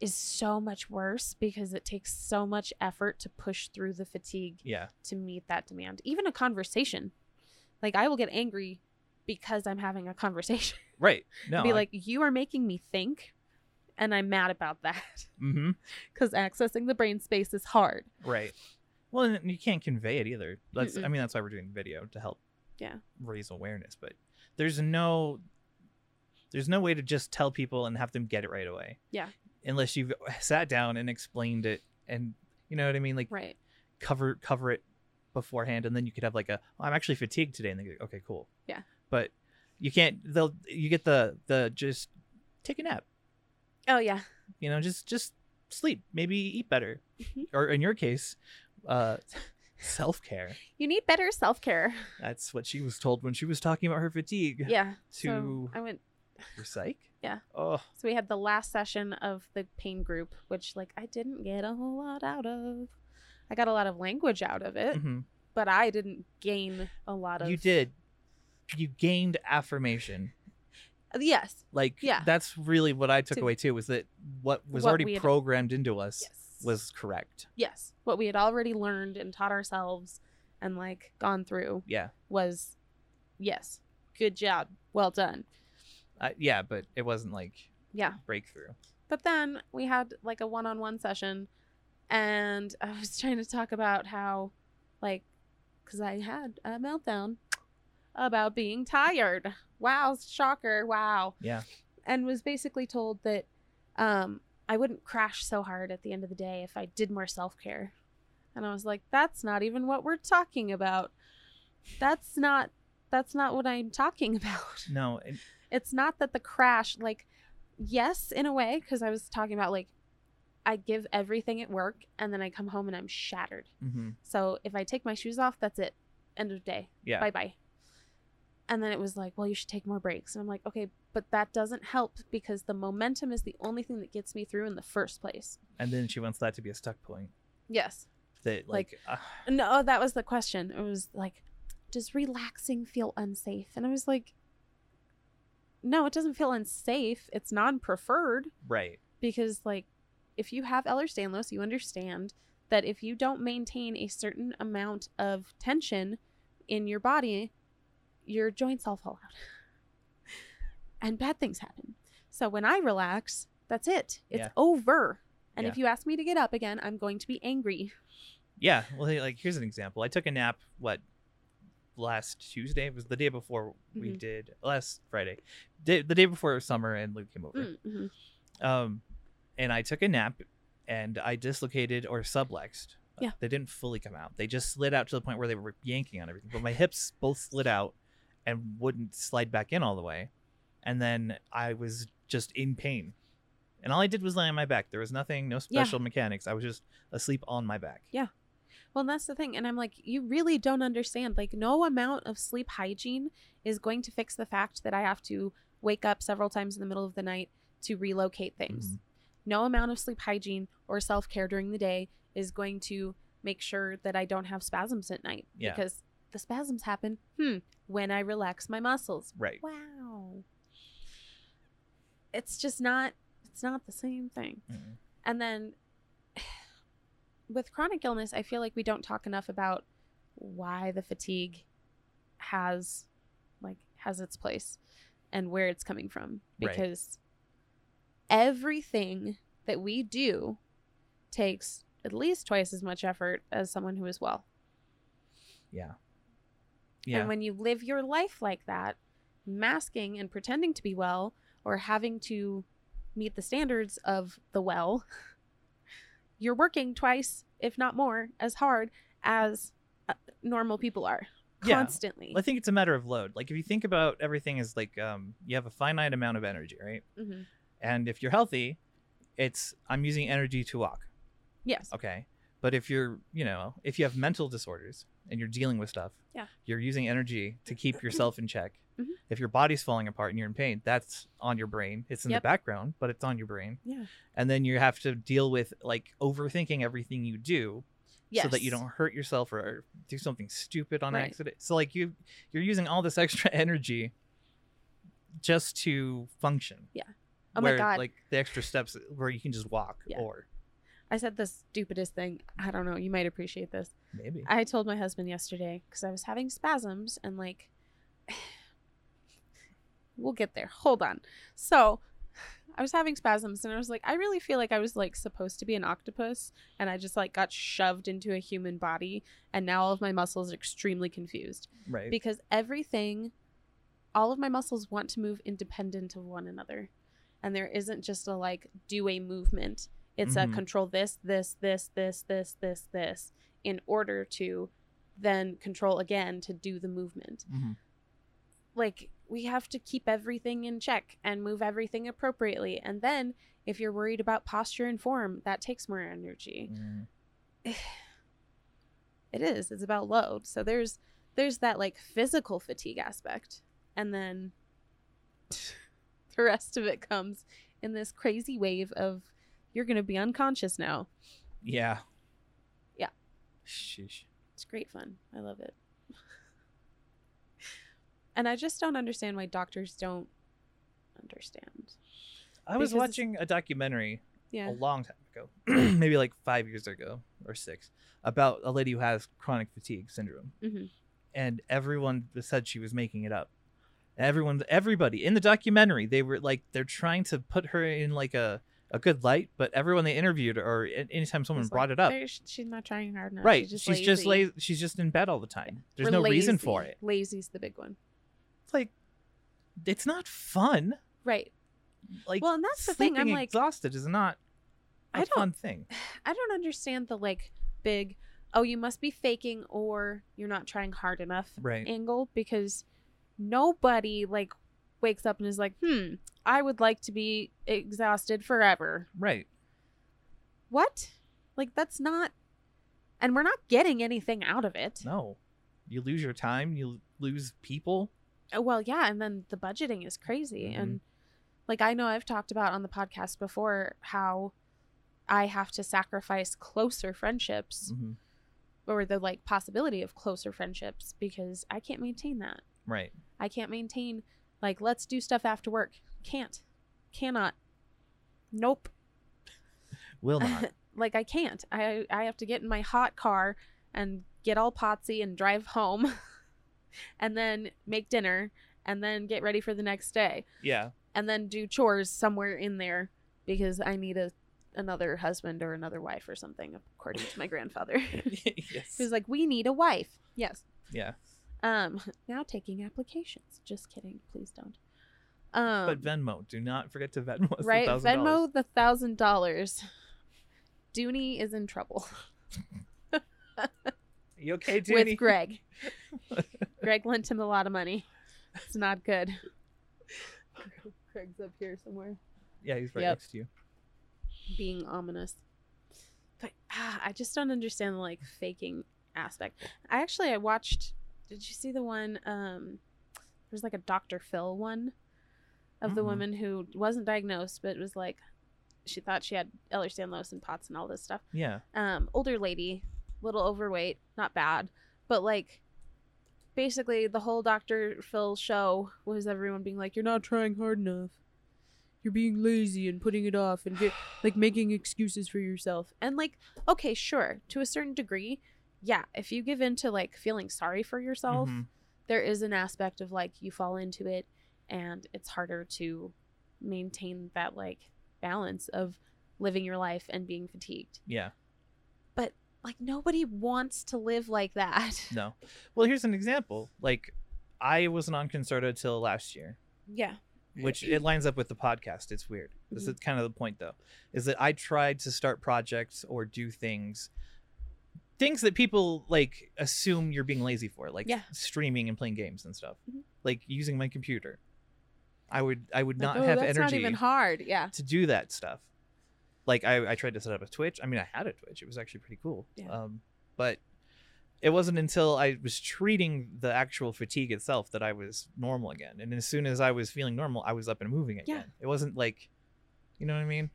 Speaker 1: is so much worse because it takes so much effort to push through the fatigue
Speaker 2: Yeah.
Speaker 1: to meet that demand. Even a conversation. Like I will get angry because I'm having a conversation.
Speaker 2: Right. No.
Speaker 1: Be like, you are making me think and I'm mad about that.
Speaker 2: Mm-hmm.
Speaker 1: Because accessing the brain space is hard.
Speaker 2: Right. Well, and you can't convey it either. That's. I
Speaker 1: Mm-mm.
Speaker 2: mean, that's why we're doing video to help.
Speaker 1: Yeah.
Speaker 2: Raise awareness, but there's no. There's no way to just tell people and have them get it right away.
Speaker 1: Yeah.
Speaker 2: Unless you've sat down and explained it, and you know what I mean, like
Speaker 1: Right.
Speaker 2: cover cover it beforehand, and then you could have like a, oh, I'm actually fatigued today, and they go, okay, cool.
Speaker 1: Yeah.
Speaker 2: But you can't. They'll. You get the the just take a nap.
Speaker 1: Oh yeah.
Speaker 2: you know just just sleep maybe eat better
Speaker 1: Mhm.
Speaker 2: or in your case uh self-care
Speaker 1: You need better self care.
Speaker 2: that's what she was told when she was talking about her fatigue
Speaker 1: Yeah. So
Speaker 2: To-
Speaker 1: I went
Speaker 2: your psych
Speaker 1: Yeah.
Speaker 2: oh
Speaker 1: So we had the last session of the pain group, which like I didn't get a whole lot out of. I got a lot of language out of it,
Speaker 2: mhm.
Speaker 1: but I didn't gain a lot of.
Speaker 2: you did you gained affirmation
Speaker 1: Uh, Yes.
Speaker 2: like
Speaker 1: Yeah.
Speaker 2: that's really what i took
Speaker 1: To-
Speaker 2: away too was that what was
Speaker 1: What we
Speaker 2: already
Speaker 1: had-
Speaker 2: programmed into us
Speaker 1: Yes.
Speaker 2: was correct
Speaker 1: yes what we had already learned and taught ourselves and like gone through
Speaker 2: yeah
Speaker 1: was yes, good job, well done.
Speaker 2: uh, yeah but it wasn't like
Speaker 1: Yeah.
Speaker 2: breakthrough
Speaker 1: But then we had like a one on one session, and I was trying to talk about how, like, because I had a meltdown about being tired. Wow, shocker. Wow.
Speaker 2: Yeah.
Speaker 1: And was basically told that um, I wouldn't crash so hard at the end of the day if I did more self care. And I was like, that's not even what we're talking about. That's not. That's not what I'm talking about
Speaker 2: no and-
Speaker 1: it's not that the crash like yes in a way because i was talking about like i give everything at work and then i come home and i'm shattered
Speaker 2: mhm.
Speaker 1: so if i take my shoes off that's it end of day
Speaker 2: yeah
Speaker 1: bye bye and then it was like well you should take more breaks and i'm like okay but that doesn't help because the momentum is the only thing that gets me through in the first place
Speaker 2: and then she wants that to be a stuck point
Speaker 1: yes
Speaker 2: that like,
Speaker 1: Like,
Speaker 2: uh,
Speaker 1: no oh, that was the question it was like does relaxing feel unsafe and i was like no it doesn't feel unsafe it's non-preferred
Speaker 2: right
Speaker 1: because like if you have Ehlers-Danlos, you understand that if you don't maintain a certain amount of tension in your body, your joints all fall out. and bad things happen. So when I relax, that's it. It's
Speaker 2: Yeah.
Speaker 1: over. And
Speaker 2: Yeah.
Speaker 1: if you ask me to get up again, I'm going to be angry.
Speaker 2: Yeah. Well, hey, like here's an example. I took a nap. What last Tuesday it was the day before we
Speaker 1: Mhm.
Speaker 2: did last Friday, day, the day before summer and Luke came over.
Speaker 1: Mm-hmm.
Speaker 2: Um, and I took a nap, and I dislocated or subluxed.
Speaker 1: Yeah.
Speaker 2: They didn't fully come out. They just slid out to the point where they were yanking on everything. But my hips both slid out and wouldn't slide back in all the way. And then I was just in pain. And all I did was lay on my back. There was nothing, no
Speaker 1: Yeah.
Speaker 2: special mechanics. I was just asleep on my back.
Speaker 1: Yeah. Well, and that's the thing. And I'm like, you really don't understand. Like, no amount of sleep hygiene is going to fix the fact that I have to wake up several times in the middle of the night to relocate things.
Speaker 2: Mhm.
Speaker 1: No amount of sleep hygiene or self care during the day is going to make sure that I don't have spasms at night.
Speaker 2: Yeah.
Speaker 1: Because the spasms happen, hmm, when I relax my muscles.
Speaker 2: Right.
Speaker 1: Wow. It's just not, it's not the same thing.
Speaker 2: Mm.
Speaker 1: And then with chronic illness, I feel like we don't talk enough about why the fatigue has like has its place and where it's coming from
Speaker 2: Right.
Speaker 1: because everything that we do takes at least twice as much effort as someone who is well.
Speaker 2: Yeah. Yeah.
Speaker 1: And when you live your life like that, masking and pretending to be well or having to meet the standards of the well, you're working twice, if not more, as hard as uh, normal people are.
Speaker 2: Yeah.
Speaker 1: constantly.
Speaker 2: I think it's a matter of load. Like if you think about everything as like um you have a finite amount of energy, right?
Speaker 1: Mhm.
Speaker 2: And if you're healthy, it's I'm using energy to walk.
Speaker 1: Yes.
Speaker 2: Okay. But if you're, you know, if you have mental disorders and you're dealing with stuff,
Speaker 1: Yeah.
Speaker 2: you're using energy to keep yourself in check.
Speaker 1: Mhm.
Speaker 2: If your body's falling apart and you're in pain, that's on your brain. It's in
Speaker 1: Yep.
Speaker 2: the background, but it's on your brain.
Speaker 1: Yeah.
Speaker 2: And then you have to deal with like overthinking everything you do
Speaker 1: Yes.
Speaker 2: so that you don't hurt yourself or do something stupid on
Speaker 1: Right.
Speaker 2: accident. So like you you're using all this extra energy just to function.
Speaker 1: Yeah. Oh my
Speaker 2: where,
Speaker 1: God.
Speaker 2: Like the extra steps where you can just walk
Speaker 1: Yeah.
Speaker 2: or
Speaker 1: I said the stupidest thing. I don't know. You might appreciate this.
Speaker 2: maybe.
Speaker 1: I told my husband yesterday because I was having spasms and like, we'll get there. Hold on. So I was having spasms and I was like, I really feel like I was like supposed to be an octopus and I just like got shoved into a human body and now all of my muscles are extremely confused
Speaker 2: right.
Speaker 1: because everything, all of my muscles want to move independent of one another. And there isn't just a like do a movement. It's
Speaker 2: Mhm.
Speaker 1: a control this, this, this, this, this, this, this in order to then control again to do the movement.
Speaker 2: Mhm.
Speaker 1: Like we have to keep everything in check and move everything appropriately. And then if you're worried about posture and form, that takes more energy
Speaker 2: Mm.
Speaker 1: it is it's about load so there's there's that like physical fatigue aspect and then the rest of it comes in this crazy wave of you're gonna be unconscious now
Speaker 2: Yeah.
Speaker 1: Yeah.
Speaker 2: Sheesh.
Speaker 1: it's great fun i love it and i just don't understand why doctors don't understand
Speaker 2: I
Speaker 1: Because
Speaker 2: was
Speaker 1: it's-
Speaker 2: watching a documentary
Speaker 1: yeah
Speaker 2: a long time ago, maybe like five years ago or six, about a lady who has chronic fatigue syndrome,
Speaker 1: Mhm.
Speaker 2: and everyone said she was making it up. Everyone, everybody in the documentary, they were like they're trying to put her in like a a good light, but everyone they interviewed or a- anytime someone
Speaker 1: It's
Speaker 2: brought
Speaker 1: like,
Speaker 2: it up,
Speaker 1: "There- sh- she's not trying hard enough
Speaker 2: right?
Speaker 1: she's just
Speaker 2: she's just
Speaker 1: lazy
Speaker 2: lazy. She's just in bed all the time. There's
Speaker 1: Or
Speaker 2: no reason
Speaker 1: lazy.
Speaker 2: for it.
Speaker 1: lazy's the big one
Speaker 2: It's like it's not fun.
Speaker 1: right
Speaker 2: Like
Speaker 1: well and that's the thing i'm
Speaker 2: sleeping
Speaker 1: like
Speaker 2: exhausted is not a
Speaker 1: I don't-
Speaker 2: fun thing.
Speaker 1: I don't understand the like big oh you must be faking or you're not trying hard enough
Speaker 2: Right.
Speaker 1: angle because nobody like wakes up and is like, "Hmm, I would like to be exhausted forever."
Speaker 2: Right.
Speaker 1: What? Like that's not and we're not getting anything out of it.
Speaker 2: No. You lose your time, you lose people.
Speaker 1: Uh, Well, yeah, and then the budgeting is crazy.
Speaker 2: Mm-hmm.
Speaker 1: And like I know I've talked about on the podcast before how I have to sacrifice closer
Speaker 2: Mm-hmm.
Speaker 1: friendships or the like possibility of closer friendships because I can't maintain that.
Speaker 2: Right.
Speaker 1: I can't maintain like let's do stuff after work. Can't. Cannot. Nope.
Speaker 2: Will not.
Speaker 1: like I can't. I I have to get in my hot car and get all potsy and drive home and then make dinner and then get ready for the next day
Speaker 2: yeah.
Speaker 1: and then do chores somewhere in there because I need a another husband or another wife or something according to my grandfather.
Speaker 2: yes.
Speaker 1: Who's like we need a wife. Yes.
Speaker 2: Yeah.
Speaker 1: Um, now taking applications. Just kidding. Please don't. Um,
Speaker 2: but Venmo, do not forget to Venmo. us
Speaker 1: right?
Speaker 2: the $1,000.
Speaker 1: Venmo the thousand dollars. Dooney is in trouble
Speaker 2: You okay, Dooney?
Speaker 1: with Greg. Greg lent him a lot of money. It's not good. Greg's up here somewhere,
Speaker 2: Yeah, he's right
Speaker 1: Yep.
Speaker 2: next to you.
Speaker 1: being ominous. But ah, I just don't understand the like faking aspect. I actually I watched. Did you see the one? Um, there's like a Dr. Phil one of the
Speaker 2: Mm-mm.
Speaker 1: woman who wasn't diagnosed, but was like, she thought she had Ehlers-Danlos and POTS and all this stuff.
Speaker 2: Yeah.
Speaker 1: um older lady little overweight not bad but like basically the whole dr phil show was everyone being like you're not trying hard enough you're being lazy and putting it off and get, like making excuses for yourself and like okay sure to a certain degree yeah if you give in to like feeling sorry for yourself
Speaker 2: Mhm.
Speaker 1: there is an aspect of like you fall into it and it's harder to maintain that like balance of living your life and being fatigued
Speaker 2: Yeah.
Speaker 1: like nobody wants to live like that.
Speaker 2: No. Well, here's an example. Like, I wasn't on Concerta till last year.
Speaker 1: Yeah. Mm-hmm.
Speaker 2: which it lines up with the podcast. It's weird. This is kind of the point, though, is that I tried to start projects or do things things that people like assume you're being lazy for, like
Speaker 1: Yeah.
Speaker 2: streaming and playing games and stuff,
Speaker 1: Mhm.
Speaker 2: like using my computer. I would I would
Speaker 1: Like,
Speaker 2: not
Speaker 1: oh,
Speaker 2: have
Speaker 1: that's
Speaker 2: energy
Speaker 1: not even hard. Yeah.
Speaker 2: to do that stuff. Like I, I tried to set up a Twitch. I mean, I had a Twitch. It was actually pretty cool.
Speaker 1: Yeah.
Speaker 2: Um, but it wasn't until I was treating the actual fatigue itself that I was normal again. And as soon as I was feeling normal, I was up and moving
Speaker 1: Yeah.
Speaker 2: again. It wasn't like, you know what I mean?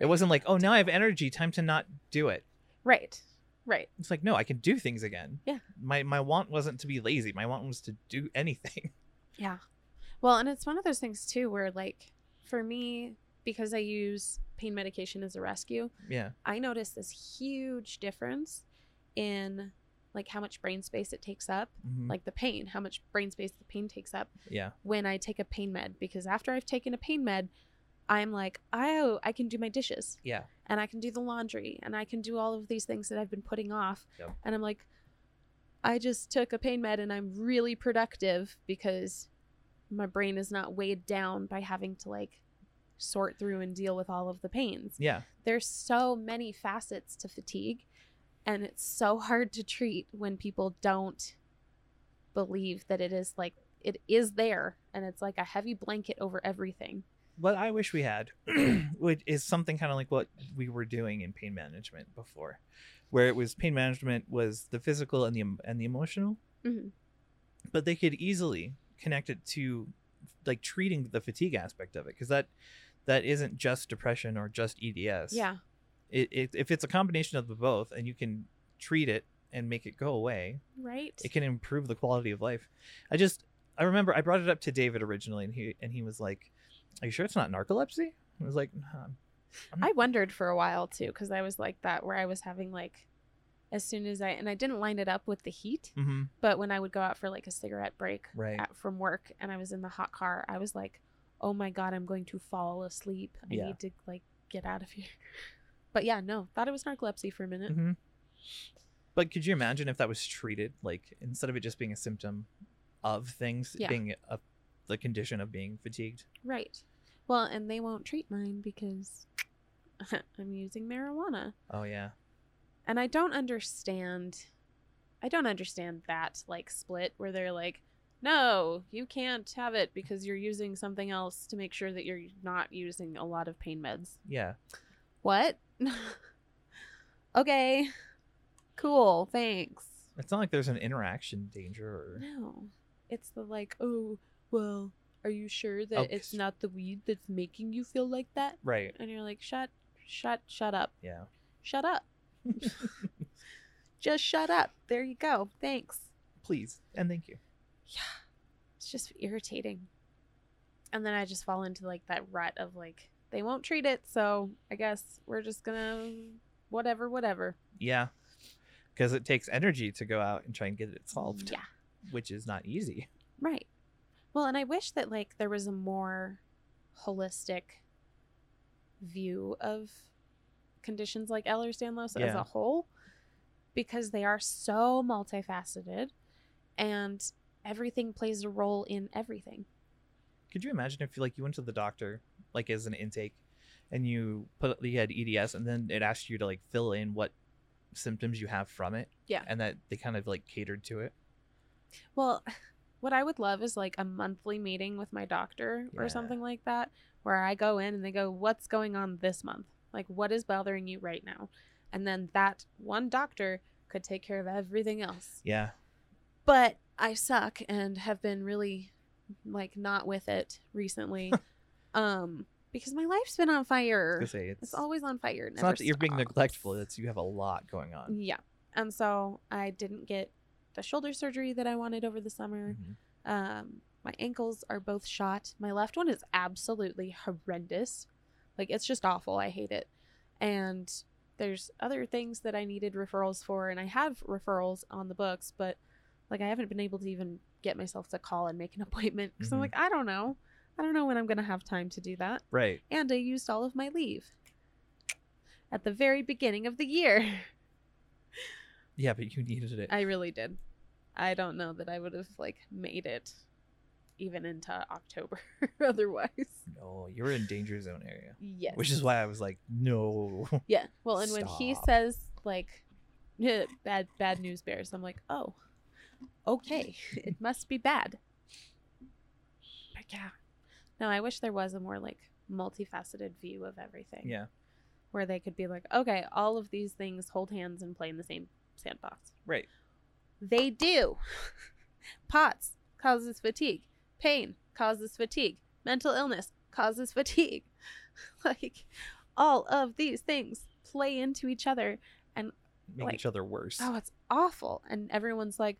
Speaker 2: It wasn't like, oh, now I have energy. Time to not do it.
Speaker 1: Right. Right.
Speaker 2: It's like, no, I can do things again.
Speaker 1: Yeah.
Speaker 2: My my want wasn't to be lazy. My want was to do anything.
Speaker 1: Yeah. Well, and it's one of those things too where like for me because I use pain medication as a rescue,
Speaker 2: yeah.
Speaker 1: I notice this huge difference in like how much brain space it takes up,
Speaker 2: Mhm.
Speaker 1: like the pain, how much brain space the pain takes up
Speaker 2: yeah.
Speaker 1: when I take a pain med because after I've taken a pain med, I'm like, "Oh, I can do my dishes."
Speaker 2: Yeah.
Speaker 1: and I can do the laundry and I can do all of these things that I've been putting off.
Speaker 2: Yep.
Speaker 1: And I'm like, I just took a pain med and I'm really productive because my brain is not weighed down by having to like sort through and deal with all of the pains.
Speaker 2: Yeah.
Speaker 1: There's so many facets to fatigue and it's so hard to treat when people don't believe that it is like it is there and it's like a heavy blanket over everything.
Speaker 2: what I wish we had would is something kind of like what we were doing in pain management before, where it was pain management was the physical and the em- and the emotional,
Speaker 1: Mhm.
Speaker 2: but they could easily connect it to like treating the fatigue aspect of it because that that isn't just depression or just EDS.
Speaker 1: Yeah.
Speaker 2: It, it, if it's a combination of the both and you can treat it and make it go away,
Speaker 1: Right?
Speaker 2: it can improve the quality of life. I just I remember I brought it up to David originally, and he and he was like, "Are you sure it's not narcolepsy?" I was like, nah, Mm-hmm.
Speaker 1: I wondered for a while too, because I was like that, where I was having like, as soon as I and I didn't line it up with the heat,
Speaker 2: mm-hmm,
Speaker 1: but when I would go out for like a cigarette break
Speaker 2: right,
Speaker 1: at, from work and I was in the hot car, I was like, oh my god, I'm going to fall asleep. I
Speaker 2: Yeah.
Speaker 1: need to like get out of here. But yeah, no, thought it was narcolepsy for a minute.
Speaker 2: mm-hmm." But could you imagine if that was treated like instead of it just being a symptom of things, it
Speaker 1: Yeah.
Speaker 2: being a, the condition of being fatigued?
Speaker 1: Right. Well, and they won't treat mine because I'm using marijuana.
Speaker 2: Oh yeah,
Speaker 1: And I don't understand I don't understand that like split where they're like, "No, you can't have it because you're using something else to make sure that you're not using a lot of pain meds."
Speaker 2: yeah,
Speaker 1: What? okay. Cool. Thanks.
Speaker 2: it's not like there's an interaction danger or
Speaker 1: No. It's the like, "Oh, well, are you sure that
Speaker 2: Oh,
Speaker 1: it's
Speaker 2: 'cause-
Speaker 1: not the weed that's making you feel like that?"
Speaker 2: right,
Speaker 1: And you're like, "Shut shut shut up.
Speaker 2: yeah,
Speaker 1: Shut up. Just shut up. There you go. Thanks."
Speaker 2: please and thank you.
Speaker 1: it's just irritating. And then I just fall into like that rut of like they won't treat it, so I guess we're just gonna whatever, whatever.
Speaker 2: Yeah, because it takes energy to go out and try and get it solved,
Speaker 1: Yeah,
Speaker 2: which is not easy.
Speaker 1: right. Well, and I wish that like there was a more holistic view of conditions like Ehlers-Danlos as
Speaker 2: Yeah.
Speaker 1: a whole, because they are so multifaceted, and everything plays a role in everything.
Speaker 2: Could you imagine if like you went to the doctor like as an intake and you put you had EDS and then it asked you to like fill in what symptoms you have from it?
Speaker 1: Yeah.
Speaker 2: And that they kind of like catered to it.
Speaker 1: Well, what I would love is like a monthly meeting with my doctor
Speaker 2: Yeah.
Speaker 1: or something like that, where I go in and they go, What's going on this month? Like, what is bothering you right now? And then that one doctor could take care of everything else.
Speaker 2: Yeah.
Speaker 1: But I suck and have been really like not with it recently. um, because my life's been on
Speaker 2: I
Speaker 1: fire.
Speaker 2: was gonna say, it's,
Speaker 1: It's always on fire. It
Speaker 2: it's not
Speaker 1: never
Speaker 2: that you're being
Speaker 1: stops.
Speaker 2: neglectful, it's you have a lot going on.
Speaker 1: Yeah. And so I didn't get the shoulder surgery that I wanted over the summer.
Speaker 2: Mhm.
Speaker 1: Um, my ankles are both shot. My left one is absolutely horrendous. Like it's just awful. I hate it. And there's other things that I needed referrals for and I have referrals on the books, but like I haven't been able to even get myself to call and make an appointment because
Speaker 2: Mhm.
Speaker 1: I'm like I don't know. I don't know when I'm going to have time to do that.
Speaker 2: Right.
Speaker 1: And I used all of my leave at the very beginning of the year.
Speaker 2: Yeah, but you needed it.
Speaker 1: I really did. I don't know that I would have like made it even into October otherwise.
Speaker 2: no, you're in danger zone area.
Speaker 1: Yes.
Speaker 2: Which is why I was like, no.
Speaker 1: Yeah. Well, and when he
Speaker 2: Stop.
Speaker 1: says like bad bad news bears. I'm like, oh, okay, it must be bad. But yeah, no, I wish there was a more like multifaceted view of everything.
Speaker 2: Yeah.
Speaker 1: where they could be like, okay, all of these things hold hands and play in the same sandbox.
Speaker 2: Right.
Speaker 1: They do. POTS causes fatigue. Pain causes fatigue. Mental illness causes fatigue. like all of these things play into each other.
Speaker 2: Make
Speaker 1: Like-
Speaker 2: each other worse.
Speaker 1: Oh, it's awful. And everyone's like,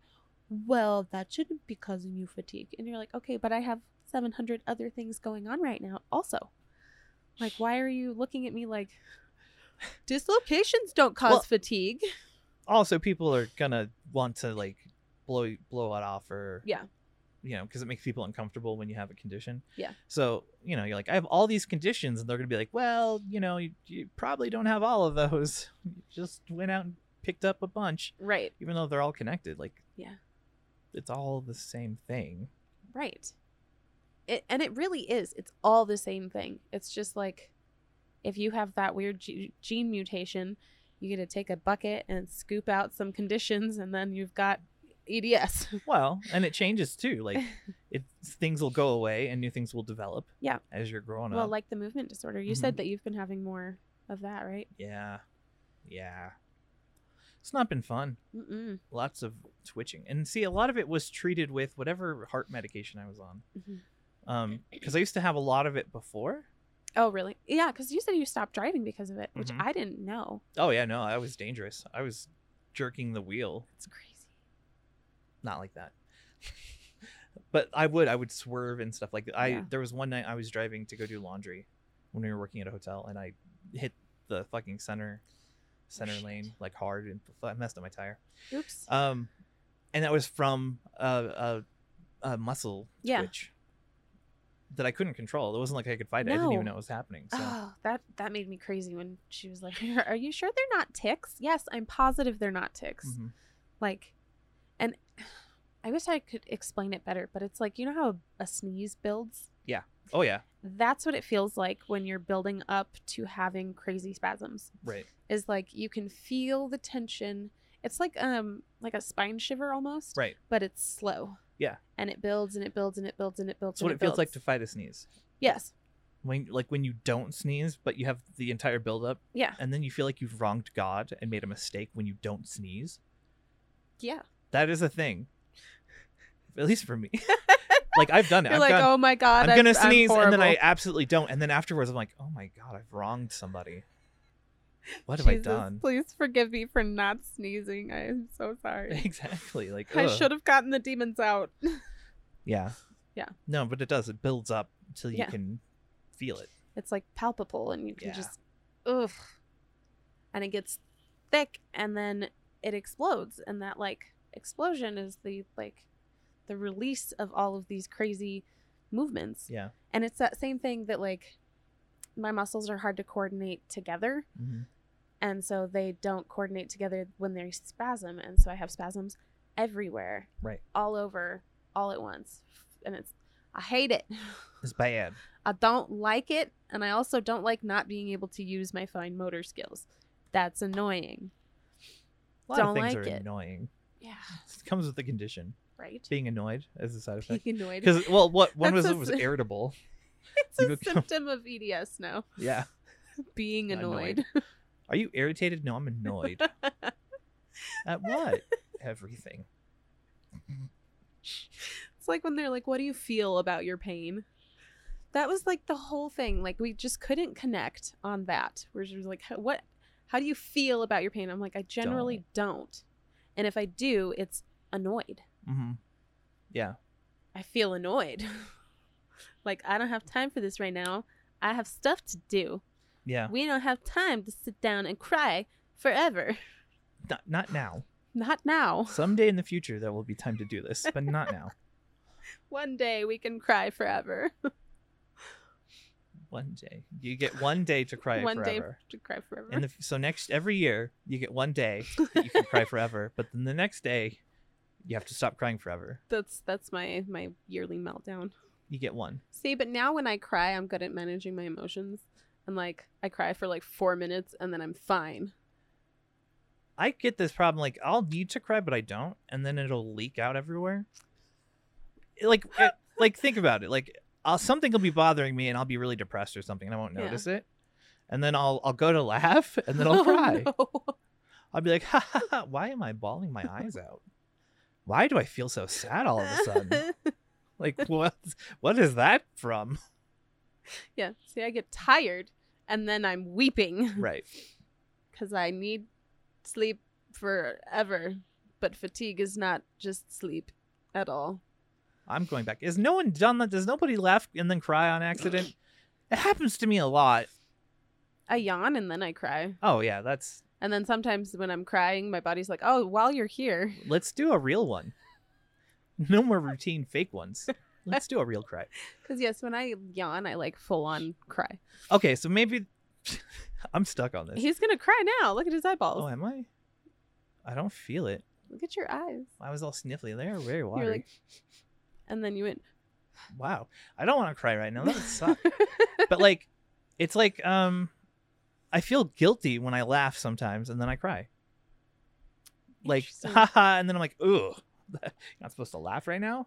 Speaker 1: well, that shouldn't be causing you fatigue. And you're like, okay, but I have 700 other things going on right now, also. Like, why are you looking at me like dislocations don't cause
Speaker 2: Well-
Speaker 1: fatigue?
Speaker 2: Also, people are gonna want to like blow blow it off or
Speaker 1: Yeah.
Speaker 2: you know, because it makes people uncomfortable when you have a condition.
Speaker 1: Yeah.
Speaker 2: So you know, you're like, I have all these conditions, and they're gonna be like, well, you know, you, you probably don't have all of those. You just went out and picked up a bunch,
Speaker 1: Right,
Speaker 2: even though they're all connected. Like,
Speaker 1: Yeah.
Speaker 2: it's all the same thing.
Speaker 1: right. It, and it really is. It's all the same thing. It's just like if you have that weird ge- gene mutation, you get to take a bucket and scoop out some conditions, and then you've got E EDS.
Speaker 2: Well, and it changes too. Like, it things will go away and new things will develop.
Speaker 1: Yeah.
Speaker 2: As you're growing
Speaker 1: Well,
Speaker 2: up.
Speaker 1: like the movement disorder. You said that you've been having more of that, right?
Speaker 2: yeah. Yeah. It's not been fun.
Speaker 1: Mm-mm.
Speaker 2: Lots of twitching. And see, a lot of it was treated with whatever heart medication I was on.
Speaker 1: Mhm.
Speaker 2: Um, because I used to have a lot of it before.
Speaker 1: Oh, really? Yeah, because you said you stopped driving because of it, which
Speaker 2: Mhm.
Speaker 1: I didn't know.
Speaker 2: Oh yeah, no, I was dangerous. I was jerking the wheel.
Speaker 1: It's crazy.
Speaker 2: Not like that. but I would, I would swerve and stuff like that. I
Speaker 1: Yeah.
Speaker 2: there was one night I was driving to go do laundry when we were working at a hotel and I hit the fucking center center
Speaker 1: shit.
Speaker 2: lane like hard and f- I messed up my tire.
Speaker 1: Oops.
Speaker 2: Um, and that was from a, a, a muscle
Speaker 1: Yeah.
Speaker 2: twitch that I couldn't control. It wasn't like I could fight it. I didn't even
Speaker 1: No.
Speaker 2: know it was happening. So
Speaker 1: Oh, that that made me crazy when she was like, "Are you sure they're not ticks?" Yes, I'm positive they're not ticks.
Speaker 2: Mhm.
Speaker 1: Like, and I wish I could explain it better, but it's like you know how a, a sneeze builds.
Speaker 2: oh yeah,
Speaker 1: That's what it feels like when you're building up to having crazy spasms.
Speaker 2: right.
Speaker 1: is like you can feel the tension. It's like um like a spine shiver almost,
Speaker 2: Right.
Speaker 1: but it's slow.
Speaker 2: Yeah.
Speaker 1: And it builds and it builds and it builds and it builds.
Speaker 2: That's what
Speaker 1: and
Speaker 2: it feels like to
Speaker 1: builds.
Speaker 2: fight a sneeze.
Speaker 1: Yes.
Speaker 2: when like when you don't sneeze but you have the entire buildup
Speaker 1: Yeah.
Speaker 2: and then you feel like you've wronged god and made a mistake when you don't sneeze
Speaker 1: Yeah.
Speaker 2: that is a thing at least for me like i've done it
Speaker 1: You're
Speaker 2: I've
Speaker 1: like,
Speaker 2: gone,
Speaker 1: oh my god,
Speaker 2: i'm gonna
Speaker 1: I'm- I'm
Speaker 2: sneeze and then i
Speaker 1: horrible."
Speaker 2: absolutely don't and then afterwards i'm like oh my god i've wronged somebody what have i
Speaker 1: Jesus,
Speaker 2: done
Speaker 1: Please forgive me for not sneezing. I am so sorry.
Speaker 2: exactly like
Speaker 1: I
Speaker 2: ugh.
Speaker 1: should have gotten the demons out.
Speaker 2: yeah
Speaker 1: Yeah.
Speaker 2: no but it does it builds up till you
Speaker 1: Yeah.
Speaker 2: can feel it
Speaker 1: It's like palpable, and you can
Speaker 2: Yeah.
Speaker 1: just, ugh. And it gets thick, and then it explodes, and that like explosion is the like the release of all of these crazy movements.
Speaker 2: yeah
Speaker 1: And it's that same thing that like my muscles are hard to coordinate together,
Speaker 2: Mhm.
Speaker 1: and so they don't coordinate together when they spasm, and so I have spasms everywhere,
Speaker 2: Right.
Speaker 1: all over, all at once, and it's I hate it.
Speaker 2: it's bad
Speaker 1: I don't like it, and I also don't like not being able to use my fine motor skills. That's annoying.
Speaker 2: a lot of
Speaker 1: Don't
Speaker 2: things
Speaker 1: like
Speaker 2: are
Speaker 1: it.
Speaker 2: annoying
Speaker 1: Yeah,
Speaker 2: it comes with the condition
Speaker 1: right.
Speaker 2: being annoyed as a side effect
Speaker 1: Being annoyed.
Speaker 2: because well what one was
Speaker 1: That's
Speaker 2: it
Speaker 1: a
Speaker 2: was
Speaker 1: s-
Speaker 2: irritable
Speaker 1: It's a
Speaker 2: you become-
Speaker 1: symptom of EDS now.
Speaker 2: yeah
Speaker 1: Being annoyed.
Speaker 2: Annoyed. are you irritated no i'm annoyed at what everything
Speaker 1: It's like when they're like, "What do you feel about your pain?" That was like the whole thing. Like we just couldn't connect on that. Where she was like, "How- "What? How do you feel about your pain?" I'm like, "I generally don't, and if I do, it's annoyed.
Speaker 2: mm-hmm. yeah
Speaker 1: I feel annoyed. like I don't have time for this right now. I have stuff to do.
Speaker 2: yeah
Speaker 1: We don't have time to sit down and cry forever.
Speaker 2: not, not now
Speaker 1: Not now.
Speaker 2: someday in the future there will be time to do this but not now
Speaker 1: One day we can cry forever.
Speaker 2: one day you get one day to cry
Speaker 1: One day
Speaker 2: forever
Speaker 1: to cry forever.
Speaker 2: and so next every year you get one day that you can cry forever but then the next day you have to stop crying forever
Speaker 1: that's that's my my yearly meltdown.
Speaker 2: you get one
Speaker 1: See, but now when I cry, I'm good at managing my emotions. And like, I cry for like four minutes and then I'm fine.
Speaker 2: I get this problem. Like, I'll need to cry, but I don't, and then it'll leak out everywhere. Like, it- like think about it. Like, I'll, something will be bothering me, and I'll be really depressed or something, and I won't
Speaker 1: Yeah.
Speaker 2: notice it. And then I'll I'll go to laugh, and then I'll
Speaker 1: Oh,
Speaker 2: cry.
Speaker 1: no.
Speaker 2: I'll be like, ha, ha, ha, why am I bawling my eyes out? Why do I feel so sad all of a sudden? Like, what? What is that from?
Speaker 1: yeah. See, I get tired and then I'm weeping
Speaker 2: Right.
Speaker 1: because I need sleep forever. But fatigue is not just sleep at all.
Speaker 2: I'm going back. Is no one done that? Does nobody laugh and then cry on accident? It happens to me a lot.
Speaker 1: I yawn and then I cry.
Speaker 2: Oh yeah, that's.
Speaker 1: And then sometimes when I'm crying, my body's like, oh, while you're here.
Speaker 2: Let's do a real one. No more routine fake ones. Let's do a real cry.
Speaker 1: Because, yes, when I yawn, I like full on cry.
Speaker 2: Okay, so maybe I'm stuck on this.
Speaker 1: He's going to cry now. Look at his eyeballs.
Speaker 2: Oh, am I? I don't feel it.
Speaker 1: Look at your eyes.
Speaker 2: I was all sniffly. They are very watery.
Speaker 1: You're like, and then you went,
Speaker 2: wow i don't want to cry right now that would suck but like it's like um i feel guilty when i laugh sometimes and then i cry like
Speaker 1: Interesting.
Speaker 2: haha and then i'm like ugh you're not supposed to laugh right now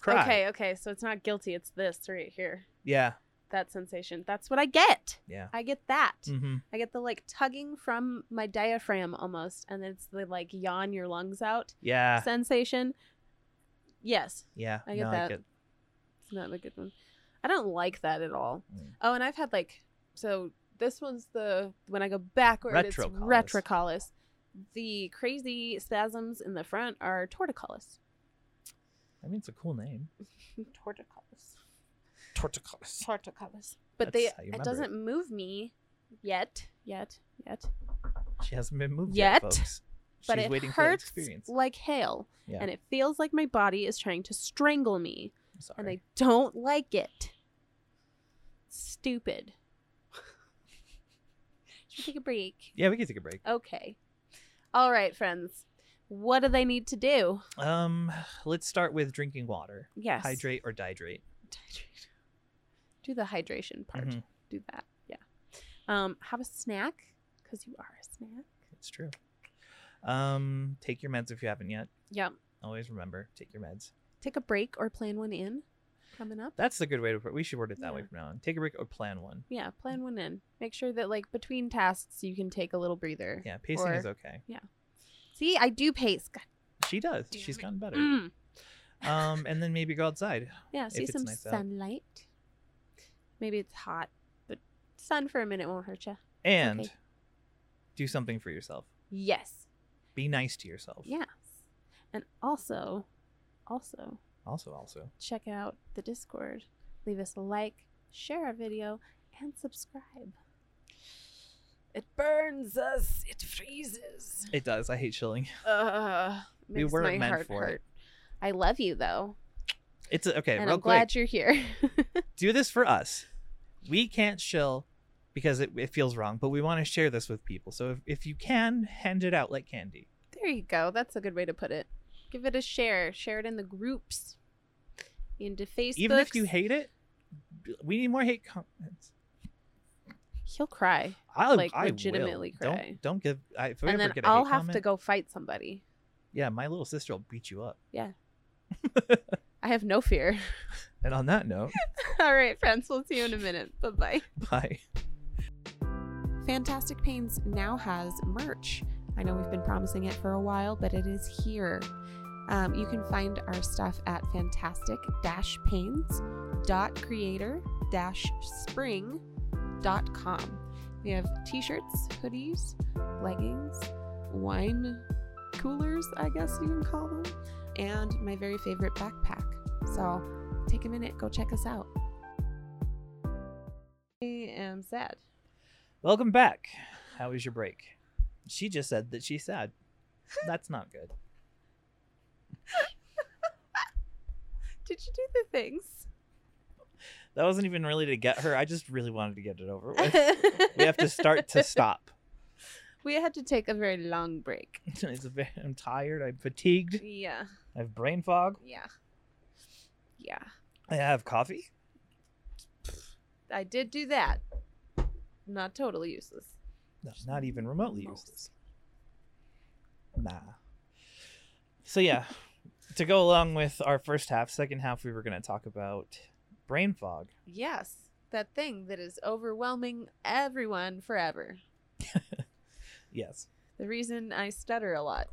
Speaker 2: cry
Speaker 1: okay, okay. So it's not guilty. It's this right here.
Speaker 2: yeah
Speaker 1: That sensation. That's what I get.
Speaker 2: yeah
Speaker 1: I get that.
Speaker 2: mm-hmm.
Speaker 1: I get the like tugging from my diaphragm almost, and it's the like yawn your lungs out
Speaker 2: yeah
Speaker 1: sensation. Yes,
Speaker 2: yeah
Speaker 1: I get
Speaker 2: no,
Speaker 1: that. it's not a good one. I don't like that at all.
Speaker 2: Mm.
Speaker 1: Oh, and I've had like so. This one's the when I go backward,
Speaker 2: Retrocollis.
Speaker 1: it's retrocollis. The crazy spasms in the front are torticollis.
Speaker 2: i mean it's a cool name
Speaker 1: torticollis.
Speaker 2: torticollis
Speaker 1: Torticollis. But
Speaker 2: That's
Speaker 1: they
Speaker 2: how you
Speaker 1: it
Speaker 2: remember it.
Speaker 1: doesn't move me yet, yet, yet.
Speaker 2: she hasn't been moved
Speaker 1: Yet,
Speaker 2: yet, folks.
Speaker 1: But
Speaker 2: she's
Speaker 1: it
Speaker 2: waiting for that
Speaker 1: hurts
Speaker 2: experience
Speaker 1: like hail,
Speaker 2: Yeah.
Speaker 1: and it feels like my body is trying to strangle me,
Speaker 2: I'm sorry
Speaker 1: and I don't like it. Stupid. Should we take a break?
Speaker 2: yeah we can take a break
Speaker 1: Okay. All right, friends. What do they need to do?
Speaker 2: um let's start with drinking water
Speaker 1: Yes.
Speaker 2: hydrate or dihydrate
Speaker 1: Hydrate. Do the hydration part.
Speaker 2: Mhm.
Speaker 1: Do that. Yeah. Um, have a snack because you are a snack.
Speaker 2: It's true. Um, take your meds if you haven't yet.
Speaker 1: Yep.
Speaker 2: Always remember, take your meds.
Speaker 1: Take a break or plan one in coming up.
Speaker 2: That's the good way to put. We should word it that way
Speaker 1: Yeah.
Speaker 2: from now on. Take a break or plan one.
Speaker 1: Yeah, plan one in. Make sure that like between tasks you can take a little breather.
Speaker 2: Yeah, pacing is
Speaker 1: Or-
Speaker 2: okay.
Speaker 1: See, I do pace. God
Speaker 2: She does.
Speaker 1: Damn
Speaker 2: She's
Speaker 1: it.
Speaker 2: gotten better.
Speaker 1: mm.
Speaker 2: Um, and then maybe go outside.
Speaker 1: Yeah, see
Speaker 2: it's
Speaker 1: some
Speaker 2: nice out.
Speaker 1: sunlight. Maybe it's hot, but sun for a minute won't hurt you.
Speaker 2: And
Speaker 1: Okay.
Speaker 2: do something for yourself.
Speaker 1: Yes.
Speaker 2: Be nice to yourself.
Speaker 1: Yes. And also, also
Speaker 2: Also, also.
Speaker 1: check out the Discord. Leave us a like, share our video, and subscribe. It burns us. It freezes.
Speaker 2: It does. I hate chilling.
Speaker 1: Uh,
Speaker 2: We
Speaker 1: makes
Speaker 2: weren't
Speaker 1: my
Speaker 2: meant
Speaker 1: heart
Speaker 2: for it.
Speaker 1: hurt. I love you though,
Speaker 2: It's a, okay.
Speaker 1: and
Speaker 2: real
Speaker 1: I'm
Speaker 2: quick,
Speaker 1: glad you're here.
Speaker 2: do this for us. We can't chill because it, it feels wrong, but we want to share this with people. So if, if you can, hand it out like candy.
Speaker 1: there you go. That's a good way to put it. Give it a share. Share it in the groups, into Facebook.
Speaker 2: even if you hate it, b- we need more hate comments.
Speaker 1: he'll cry,
Speaker 2: I
Speaker 1: Like,
Speaker 2: I will.
Speaker 1: legitimately cry.
Speaker 2: Don't, don't give. I, if we
Speaker 1: and
Speaker 2: ever
Speaker 1: then
Speaker 2: get a
Speaker 1: I'll
Speaker 2: hate
Speaker 1: have to
Speaker 2: comment,
Speaker 1: go fight somebody.
Speaker 2: Yeah, my little sister will beat you up.
Speaker 1: I have no fear.
Speaker 2: And on that note,
Speaker 1: All right, friends. We'll see you in a minute. Bye bye.
Speaker 2: bye.
Speaker 1: Fantastic Pains now has merch. I know we've been promising it for a while, but it is here. Um, you can find our stuff at fantastic pains.creator spring.com. We have t shirts, hoodies, leggings, wine coolers, I guess you can call them, and my very favorite backpack. So take a minute, go check us out. I am sad.
Speaker 2: Welcome back. How was your break? She just said that she's sad. That's not good.
Speaker 1: Did you do the things?
Speaker 2: That wasn't even really to get her. I just really wanted to get it over with. we have to start to stop.
Speaker 1: We had to take a very long break.
Speaker 2: It's a ve- I'm tired. I'm fatigued.
Speaker 1: Yeah,
Speaker 2: I have brain fog.
Speaker 1: yeah, yeah.
Speaker 2: I have coffee.
Speaker 1: I did do that. Not totally useless.
Speaker 2: No, not even remotely
Speaker 1: Most.
Speaker 2: useless. Nah. So yeah, to go along with our first half, second half we were going to talk about brain fog.
Speaker 1: Yes, that thing that is overwhelming everyone forever.
Speaker 2: Yes.
Speaker 1: The reason I stutter a lot.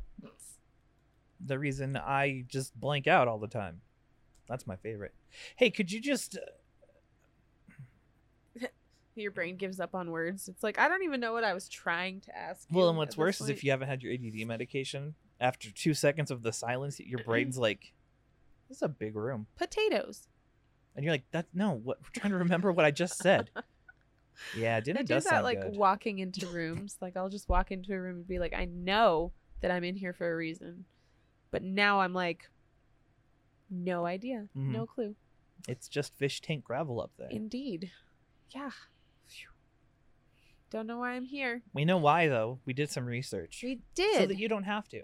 Speaker 2: The reason I just blank out all the time. That's my favorite. Hey, could you just uh,
Speaker 1: Your brain gives up on words. It's like I don't even know what I was trying to ask.
Speaker 2: Well,
Speaker 1: you
Speaker 2: and
Speaker 1: at
Speaker 2: what's
Speaker 1: this
Speaker 2: worse is
Speaker 1: point.
Speaker 2: if you haven't had your ADD medication, after two seconds of the silence, your brain's like, "This is a big room,"
Speaker 1: potatoes.
Speaker 2: and you're like, "That no, what? We're trying to remember what I just said." yeah,
Speaker 1: I
Speaker 2: dinner
Speaker 1: do
Speaker 2: does
Speaker 1: that
Speaker 2: sound
Speaker 1: like
Speaker 2: good.
Speaker 1: walking into rooms. Like I'll just walk into a room and be like, I know that I'm in here for a reason, but now I'm like, no idea,
Speaker 2: Mhm.
Speaker 1: no clue.
Speaker 2: it's just fish tank gravel up there.
Speaker 1: Indeed, yeah. Phew. Don't know why I'm here.
Speaker 2: we know why though. We did some research
Speaker 1: We did.
Speaker 2: so that you don't have to.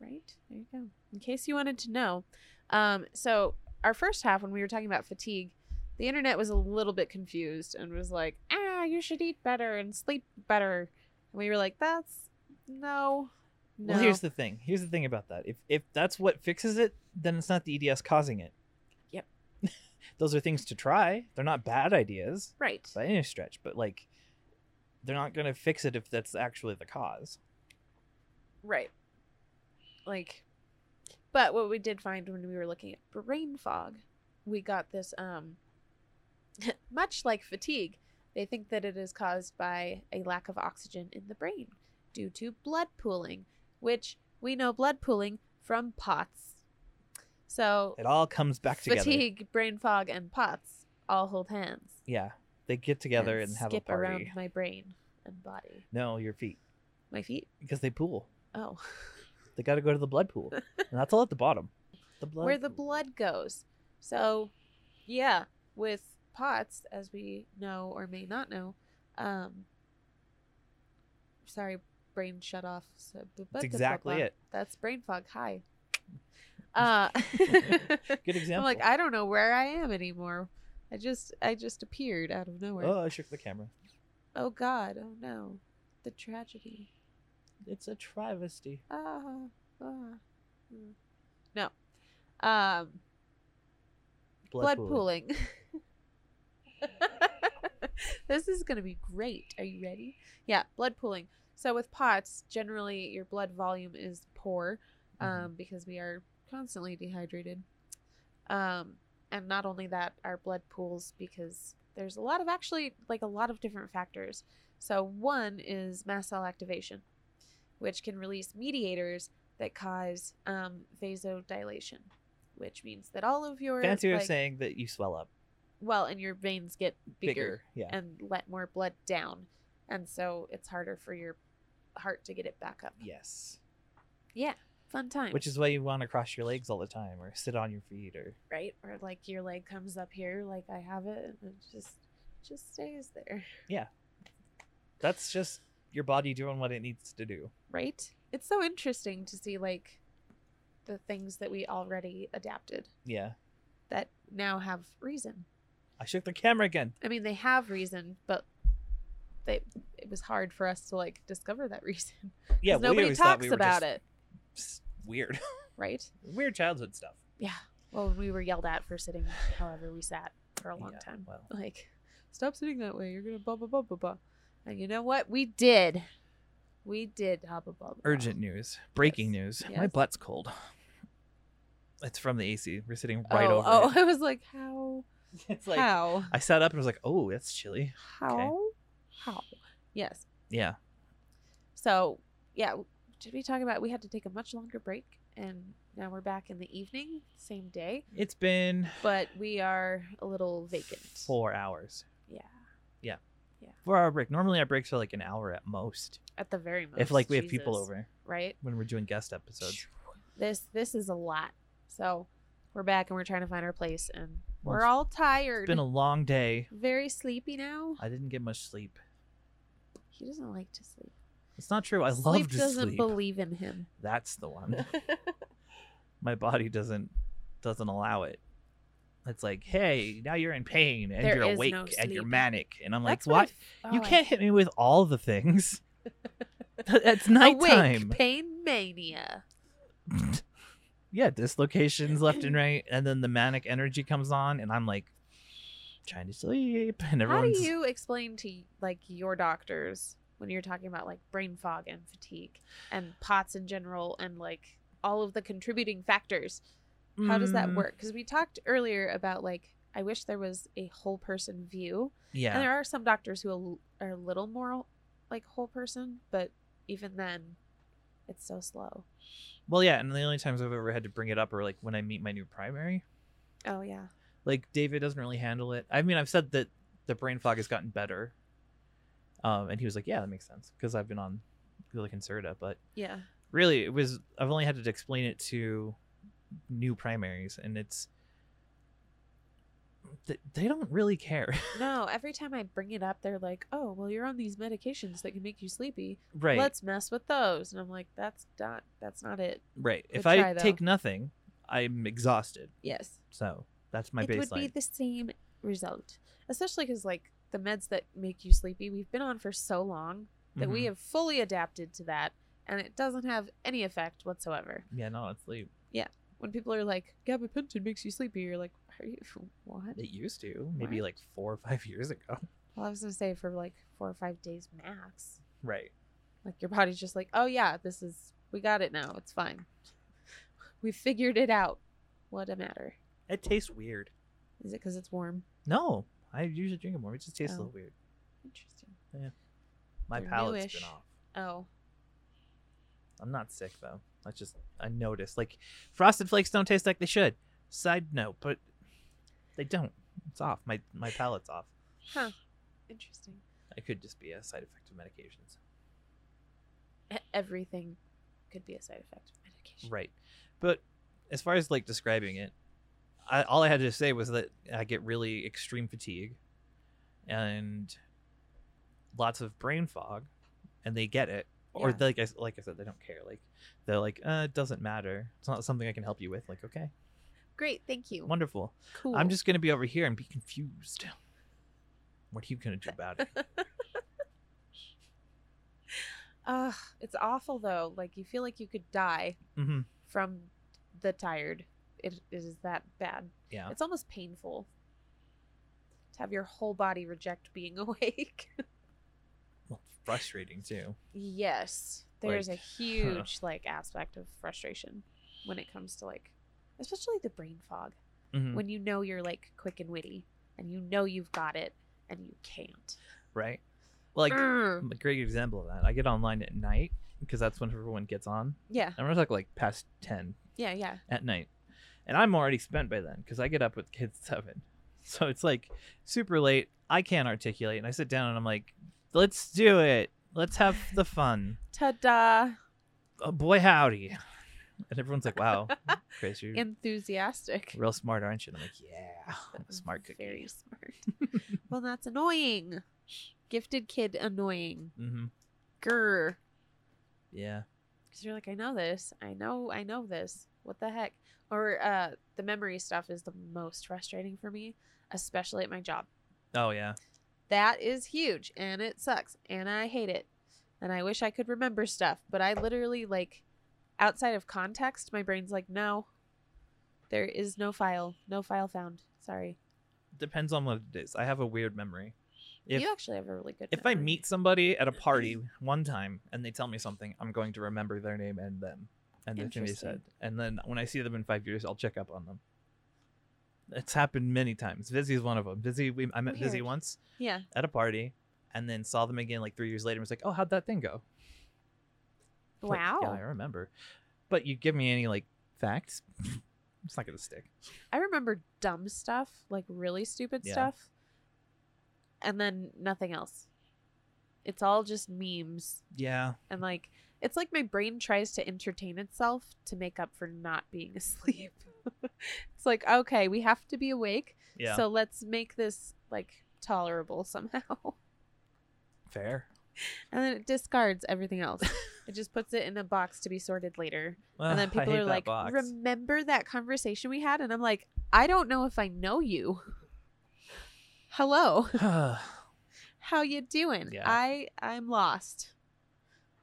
Speaker 1: Right? There you go. In case you wanted to know. Um, so, our first half, when we were talking about fatigue, the internet was a little bit confused and was like, ah, you should eat better and sleep better. And we were like, that's no. No.
Speaker 2: Well, here's the thing. Here's the thing about that. If if that's what fixes it, then it's not the EDS causing it.
Speaker 1: Yep.
Speaker 2: Those are things to try. They're not bad ideas.
Speaker 1: right.
Speaker 2: by any stretch, but like they're not gonna fix it if that's actually the cause.
Speaker 1: Right. Like, but what we did find when we were looking at brain fog, we got this, um, much like fatigue, they think that it is caused by a lack of oxygen in the brain due to blood pooling, which we know blood pooling from POTS. So,
Speaker 2: It all comes back together.
Speaker 1: fatigue, brain fog, and POTS all hold hands.
Speaker 2: Yeah. They get together and, have a
Speaker 1: skip
Speaker 2: party.
Speaker 1: around my brain and body.
Speaker 2: No, your feet.
Speaker 1: My feet?
Speaker 2: Because they pool.
Speaker 1: Oh.
Speaker 2: They gotta go to the blood pool. and that's all at the bottom. The blood
Speaker 1: where the
Speaker 2: pool.
Speaker 1: blood goes. So, yeah, with POTS, as we know or may not know, um, sorry, brain shut off. So
Speaker 2: That's exactly it.
Speaker 1: That's brain fog. Hi. Uh,
Speaker 2: Good
Speaker 1: I'm
Speaker 2: example.
Speaker 1: like, I don't know where I am anymore. I just, I just appeared out of nowhere.
Speaker 2: Oh, I shook the camera.
Speaker 1: oh God! Oh no, the tragedy.
Speaker 2: It's a travesty.
Speaker 1: ah, ah. mm. No, um, blood, pooling. this is going to be great. Are you ready? Yeah, blood pooling. So with POTS, generally your blood volume is poor um,
Speaker 2: Mhm.
Speaker 1: because we are constantly dehydrated. Um, and not only that, our blood pools because there's a lot of actually like a lot of different factors. So one is mast cell activation, which can release mediators that cause um, vasodilation, which means that all of your
Speaker 2: Fancy way of
Speaker 1: like-
Speaker 2: saying that you swell up
Speaker 1: well and your veins get
Speaker 2: bigger.
Speaker 1: bigger,
Speaker 2: Yeah.
Speaker 1: and let more blood down and so it's harder for your heart to get it back up
Speaker 2: yes.
Speaker 1: fun time
Speaker 2: Which is why you want to cross your legs all the time or sit on your feet or
Speaker 1: right or like your leg comes up here like i have it and it just just stays there
Speaker 2: that's just your body doing what it needs to do.
Speaker 1: right it's so interesting to see like the things that we already adapted
Speaker 2: Yeah.
Speaker 1: that now have reason
Speaker 2: I shook the camera again.
Speaker 1: i mean they have reason but they it was hard for us to like discover that reason 'Cause
Speaker 2: Yeah, we
Speaker 1: nobody
Speaker 2: always thought
Speaker 1: talks
Speaker 2: we were
Speaker 1: about
Speaker 2: just
Speaker 1: it
Speaker 2: s- Weird,
Speaker 1: right
Speaker 2: weird childhood stuff.
Speaker 1: Yeah. Well, we were yelled at for sitting however we sat for a long
Speaker 2: Yeah,
Speaker 1: time.
Speaker 2: Well,
Speaker 1: Like, stop sitting that way. You're going to blah, blah, blah, blah, blah. And you know what? We did. We did. Blah, blah, blah, blah.
Speaker 2: urgent news, breaking news. My
Speaker 1: Yes.
Speaker 2: butt's cold. It's from the AC. We're sitting
Speaker 1: Oh,
Speaker 2: right over.
Speaker 1: oh
Speaker 2: it.
Speaker 1: I was like, how?
Speaker 2: it's like
Speaker 1: how?
Speaker 2: I sat up and was like, "Oh, that's chilly."
Speaker 1: How? How? Yes.
Speaker 2: Yeah,
Speaker 1: So, yeah. Did we talk about we had to take a much longer break and now we're back in the evening, same day,
Speaker 2: it's been
Speaker 1: but we are a little vacant.
Speaker 2: four hours.
Speaker 1: Yeah.
Speaker 2: Four hour break. Normally our breaks are like an hour at most,
Speaker 1: At the very most.
Speaker 2: if like we have people
Speaker 1: Jesus.
Speaker 2: over
Speaker 1: Right?
Speaker 2: when we're doing guest episodes.
Speaker 1: this this is a lot. So we're back and we're trying to find our place and
Speaker 2: Well,
Speaker 1: we're all
Speaker 2: It's
Speaker 1: tired.
Speaker 2: been a long day.
Speaker 1: Very sleepy now.
Speaker 2: I didn't get much sleep.
Speaker 1: He doesn't like to sleep.
Speaker 2: It's not true. I
Speaker 1: sleep
Speaker 2: love to
Speaker 1: doesn't
Speaker 2: sleep.
Speaker 1: believe in him.
Speaker 2: That's the one. my body doesn't doesn't allow it. It's like, hey, now you're in pain and
Speaker 1: There
Speaker 2: you're
Speaker 1: is
Speaker 2: awake
Speaker 1: no
Speaker 2: and you're
Speaker 1: sleep.
Speaker 2: manic, and I'm like,
Speaker 1: That's
Speaker 2: what?
Speaker 1: I f-
Speaker 2: you
Speaker 1: oh, I-
Speaker 2: can't hit me with all the things. it's nighttime.
Speaker 1: Awake, pain
Speaker 3: mania.
Speaker 2: yeah, dislocations left and right, and then the manic energy comes on, and I'm like trying to sleep, and
Speaker 1: How do
Speaker 2: everyone's
Speaker 1: you explain to like your doctors when you're talking about like brain fog and fatigue and POTS in general and like all of the contributing factors? How does that
Speaker 2: Mm,
Speaker 1: work? Because we talked earlier about like I wish there was a whole person view, and
Speaker 2: Yeah,
Speaker 1: there are some doctors who al- are a little more like whole person, but even then, it's so slow.
Speaker 2: well, yeah, and the only times I've ever had to bring it up are like when I meet my new primary.
Speaker 1: Oh yeah,
Speaker 2: Like David doesn't really handle it. I mean, I've said that the brain fog has gotten better, um, and he was like, "Yeah, that makes sense," because I've been on like Concerta, but
Speaker 1: yeah.
Speaker 2: really it was i've only had to explain it to new primaries and it's th- they don't really care
Speaker 1: No, every time I bring it up, they're like, "Oh, well, you're on these medications that can make you sleepy.
Speaker 2: right
Speaker 1: Let's mess with those." And I'm like, "That's not. That's not it."
Speaker 2: right if
Speaker 1: Good
Speaker 2: i
Speaker 1: try, though.
Speaker 2: take nothing i'm exhausted
Speaker 1: Yes,
Speaker 2: so that's my
Speaker 1: it
Speaker 2: baseline
Speaker 1: would be the same result, especially because like the meds that make you sleepy, we've been on for so long that we
Speaker 2: Mhm.
Speaker 1: have fully adapted to that, and it doesn't have any effect whatsoever.
Speaker 2: yeah no it's like
Speaker 1: When people are like, "Gabapentin makes you sleepy," you're like, "Are you what?"
Speaker 2: it used to maybe
Speaker 1: What?
Speaker 2: like four or five years ago
Speaker 1: Well, I was gonna say for like four or five days max.
Speaker 2: right
Speaker 1: Like your body's just like, oh yeah, this is we got it now. It's fine. We figured it out. What a matter.
Speaker 2: it tastes weird
Speaker 1: Is it because it's warm?
Speaker 2: no i usually drink it more it just tastes a
Speaker 1: Oh.
Speaker 2: little weird
Speaker 1: Interesting.
Speaker 2: my
Speaker 1: They're
Speaker 2: palate's
Speaker 1: newish.
Speaker 2: been off
Speaker 1: Oh,
Speaker 2: i'm not sick though that's just i noticed like frosted flakes don't taste like they should side note but they don't it's off my my palate's off
Speaker 1: interesting.
Speaker 2: It could just be a side effect of medications.
Speaker 1: E- Everything could be a side effect of medication.
Speaker 2: Right. But as far as like describing it, I, all I had to say was that I get really extreme fatigue and lots of brain fog, and they get it. Or
Speaker 1: Yeah.
Speaker 2: like I s- like I said, they don't care. Like they're like, uh, it doesn't matter. It's not something I can help you with. Like, okay,
Speaker 1: Great, thank you.
Speaker 2: wonderful.
Speaker 1: Cool.
Speaker 2: I'm just gonna be over here and be confused. What are you gonna do about it?
Speaker 1: Ugh, it's awful though. Like you feel like you could die
Speaker 2: hmm
Speaker 1: from the tired. It, it is that bad.
Speaker 2: Yeah.
Speaker 1: It's almost painful to have your whole body reject being awake.
Speaker 2: Well, frustrating too.
Speaker 1: Yes, there's
Speaker 2: Like,
Speaker 1: a huge like aspect of frustration when it comes to like, especially the brain fog
Speaker 2: Mhm.
Speaker 1: when you know you're like quick and witty and you know you've got it and you can't.
Speaker 2: Right. Like
Speaker 1: Urgh.
Speaker 2: a great example of that. I get online at night because that's when everyone gets on.
Speaker 1: yeah,
Speaker 2: I'm gonna talk like past ten
Speaker 1: yeah, yeah.
Speaker 2: at night, and I'm already spent by then because I get up with kids seven, so it's like super late. I can't articulate, and I sit down and I'm like, "Let's do it. Let's have the fun."
Speaker 1: Ta-da!
Speaker 2: Oh boy, howdy! And everyone's like, "Wow, Chris, you're
Speaker 1: Enthusiastic.
Speaker 2: real smart, aren't you?" And I'm like, "Yeah, I'm a smart cookie."
Speaker 1: Very smart. well, that's annoying. Gifted kid annoying.
Speaker 2: Mm-hmm.
Speaker 1: Grr.
Speaker 2: Yeah.
Speaker 1: because you're like, I know this, I know, I know this. What the heck? Or uh, the memory stuff is the most frustrating for me, especially at my job.
Speaker 2: Oh yeah.
Speaker 1: That is huge, and it sucks, and I hate it, and I wish I could remember stuff, but I literally like, outside of context, my brain's like, no, there is no file, no file found. Sorry,
Speaker 2: Depends on what it is. I have a weird memory. If-
Speaker 1: you actually have a really good.
Speaker 2: If I
Speaker 1: memory.
Speaker 2: meet somebody at a party one time and they tell me something, I'm going to remember their name and them and the thing they said.
Speaker 1: Interesting.
Speaker 2: And then when I see them in five years, I'll check up on them. It's happened many times. Vizzy's one of them. Vizzy, we, I met Vizzy
Speaker 1: Weird.
Speaker 2: once
Speaker 1: yeah,
Speaker 2: at a party and then saw them again like three years later and was like, oh, how'd that thing go? Like,
Speaker 1: wow,
Speaker 2: yeah, I remember. But you give me any like facts, it's not going to stick.
Speaker 1: I remember dumb stuff, like really stupid
Speaker 2: Yeah.
Speaker 1: stuff, and then nothing else. It's all just memes.
Speaker 2: Yeah.
Speaker 1: And like, it's like my brain tries to entertain itself to make up for not being asleep. it's like, okay, we have to be awake.
Speaker 2: Yeah.
Speaker 1: So let's make this like tolerable somehow.
Speaker 2: Fair.
Speaker 1: and then it discards everything else, it just puts it in a box to be sorted later
Speaker 2: Well,
Speaker 1: and then
Speaker 2: I
Speaker 1: people
Speaker 2: hate
Speaker 1: are
Speaker 2: that
Speaker 1: like,
Speaker 2: box.
Speaker 1: "Remember that conversation we had?" And I'm like, "I don't know if I know you." Hello, how you doing?
Speaker 2: Yeah.
Speaker 1: I I'm lost.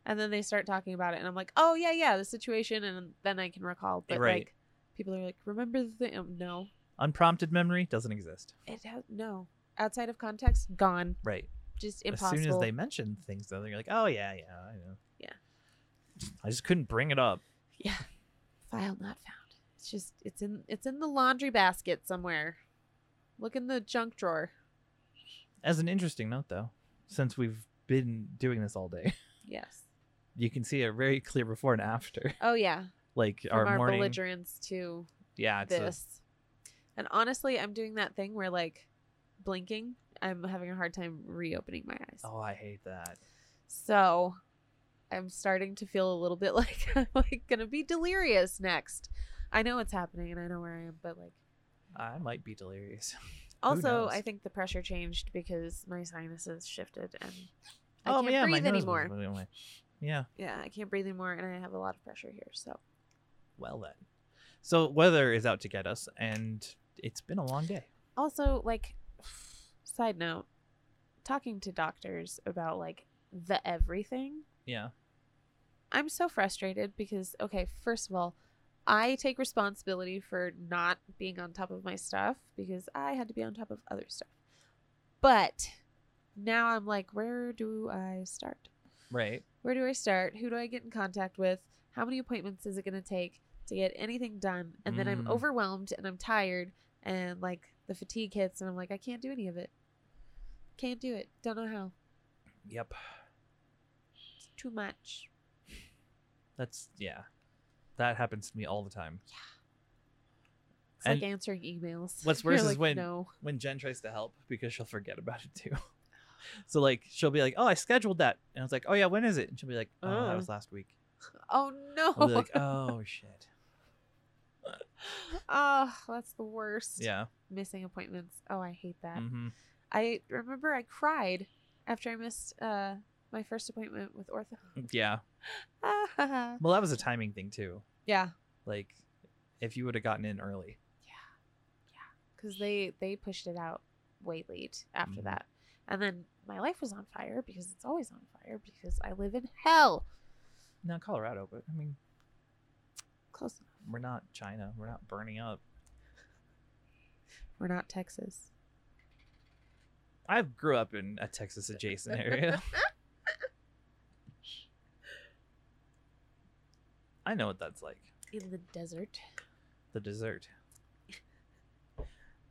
Speaker 1: And then they start talking about it, and I'm like, oh yeah, yeah, the situation, and then I can recall. But
Speaker 2: Right.
Speaker 1: like, people are like, remember the thing? Um, No,
Speaker 2: Unprompted memory doesn't exist.
Speaker 1: it has no outside of context, gone,
Speaker 2: Right.
Speaker 1: just impossible.
Speaker 2: As soon as they mention things, though, they're like, oh, yeah, yeah, I know.
Speaker 1: Yeah.
Speaker 2: I just couldn't bring it up.
Speaker 1: Yeah. File not found. It's just it's in it's in the laundry basket somewhere. Look in the junk drawer.
Speaker 2: As an interesting note, though, since we've been doing this all day,
Speaker 1: Yes.
Speaker 2: you can see a very clear before and after.
Speaker 1: Oh yeah.
Speaker 2: Like
Speaker 1: From our,
Speaker 2: morning.
Speaker 1: belligerence to
Speaker 2: yeah, it's a-
Speaker 1: this. and honestly, I'm doing that thing where like blinking, I'm having a hard time reopening my eyes.
Speaker 2: oh, I hate that.
Speaker 1: So I'm starting to feel a little bit like I'm like gonna be delirious next. I know what's happening and I know where I am, but like
Speaker 2: I might be delirious. Who
Speaker 1: Also,
Speaker 2: knows?
Speaker 1: I think the pressure changed because my sinuses shifted and I
Speaker 2: oh,
Speaker 1: can't
Speaker 2: yeah,
Speaker 1: breathe
Speaker 2: my nose was
Speaker 1: anymore.
Speaker 2: moving away. Yeah,
Speaker 1: Yeah, I can't breathe anymore and I have a lot of pressure here. So,
Speaker 2: well then. So weather is out to get us, and it's been a long day.
Speaker 1: also, like, side note, talking to doctors about like the everything,
Speaker 2: Yeah.
Speaker 1: I'm so frustrated because, okay, first of all, I take responsibility for not being on top of my stuff because I had to be on top of other stuff. But now I'm like, where do I start?
Speaker 2: Right.
Speaker 1: Where do I start? Who do I get in contact with? How many appointments is it going to take to get anything done? And then I'm
Speaker 2: Mm.
Speaker 1: overwhelmed and I'm tired and like the fatigue hits and I'm like, I can't do any of it. Can't do it. Don't know how.
Speaker 2: Yep.
Speaker 1: It's too much.
Speaker 2: That's yeah. That happens to me all the time.
Speaker 1: It's
Speaker 2: And
Speaker 1: like answering emails.
Speaker 2: what's
Speaker 1: You're
Speaker 2: worse is
Speaker 1: like,
Speaker 2: when-
Speaker 1: no.
Speaker 2: When Jen tries to help because she'll forget about it too. So like she'll be like, "Oh, I scheduled that," and I was like, "Oh yeah, when is it?" And she'll be like, "Oh, that
Speaker 1: Oh.
Speaker 2: was last week."
Speaker 1: Oh
Speaker 2: I'll be
Speaker 1: no.
Speaker 2: like, "Oh shit."
Speaker 1: oh, that's the worst.
Speaker 2: Yeah.
Speaker 1: Missing appointments. Oh, I hate that.
Speaker 2: hmm
Speaker 1: I remember I cried after I missed uh, my first appointment with ortho.
Speaker 2: Yeah. Well, that was a timing thing too.
Speaker 1: yeah.
Speaker 2: Like, if you would have gotten in early,
Speaker 1: because they they pushed it out way late after
Speaker 2: Mhm.
Speaker 1: that and then my life was on fire because it's always on fire because i live in hell
Speaker 2: not Colorado, but I mean,
Speaker 1: close enough
Speaker 2: we're not China. We're not burning up.
Speaker 1: we're not texas
Speaker 2: I grew up in a Texas adjacent area. I know what that's like.
Speaker 1: in the desert
Speaker 2: The dessert.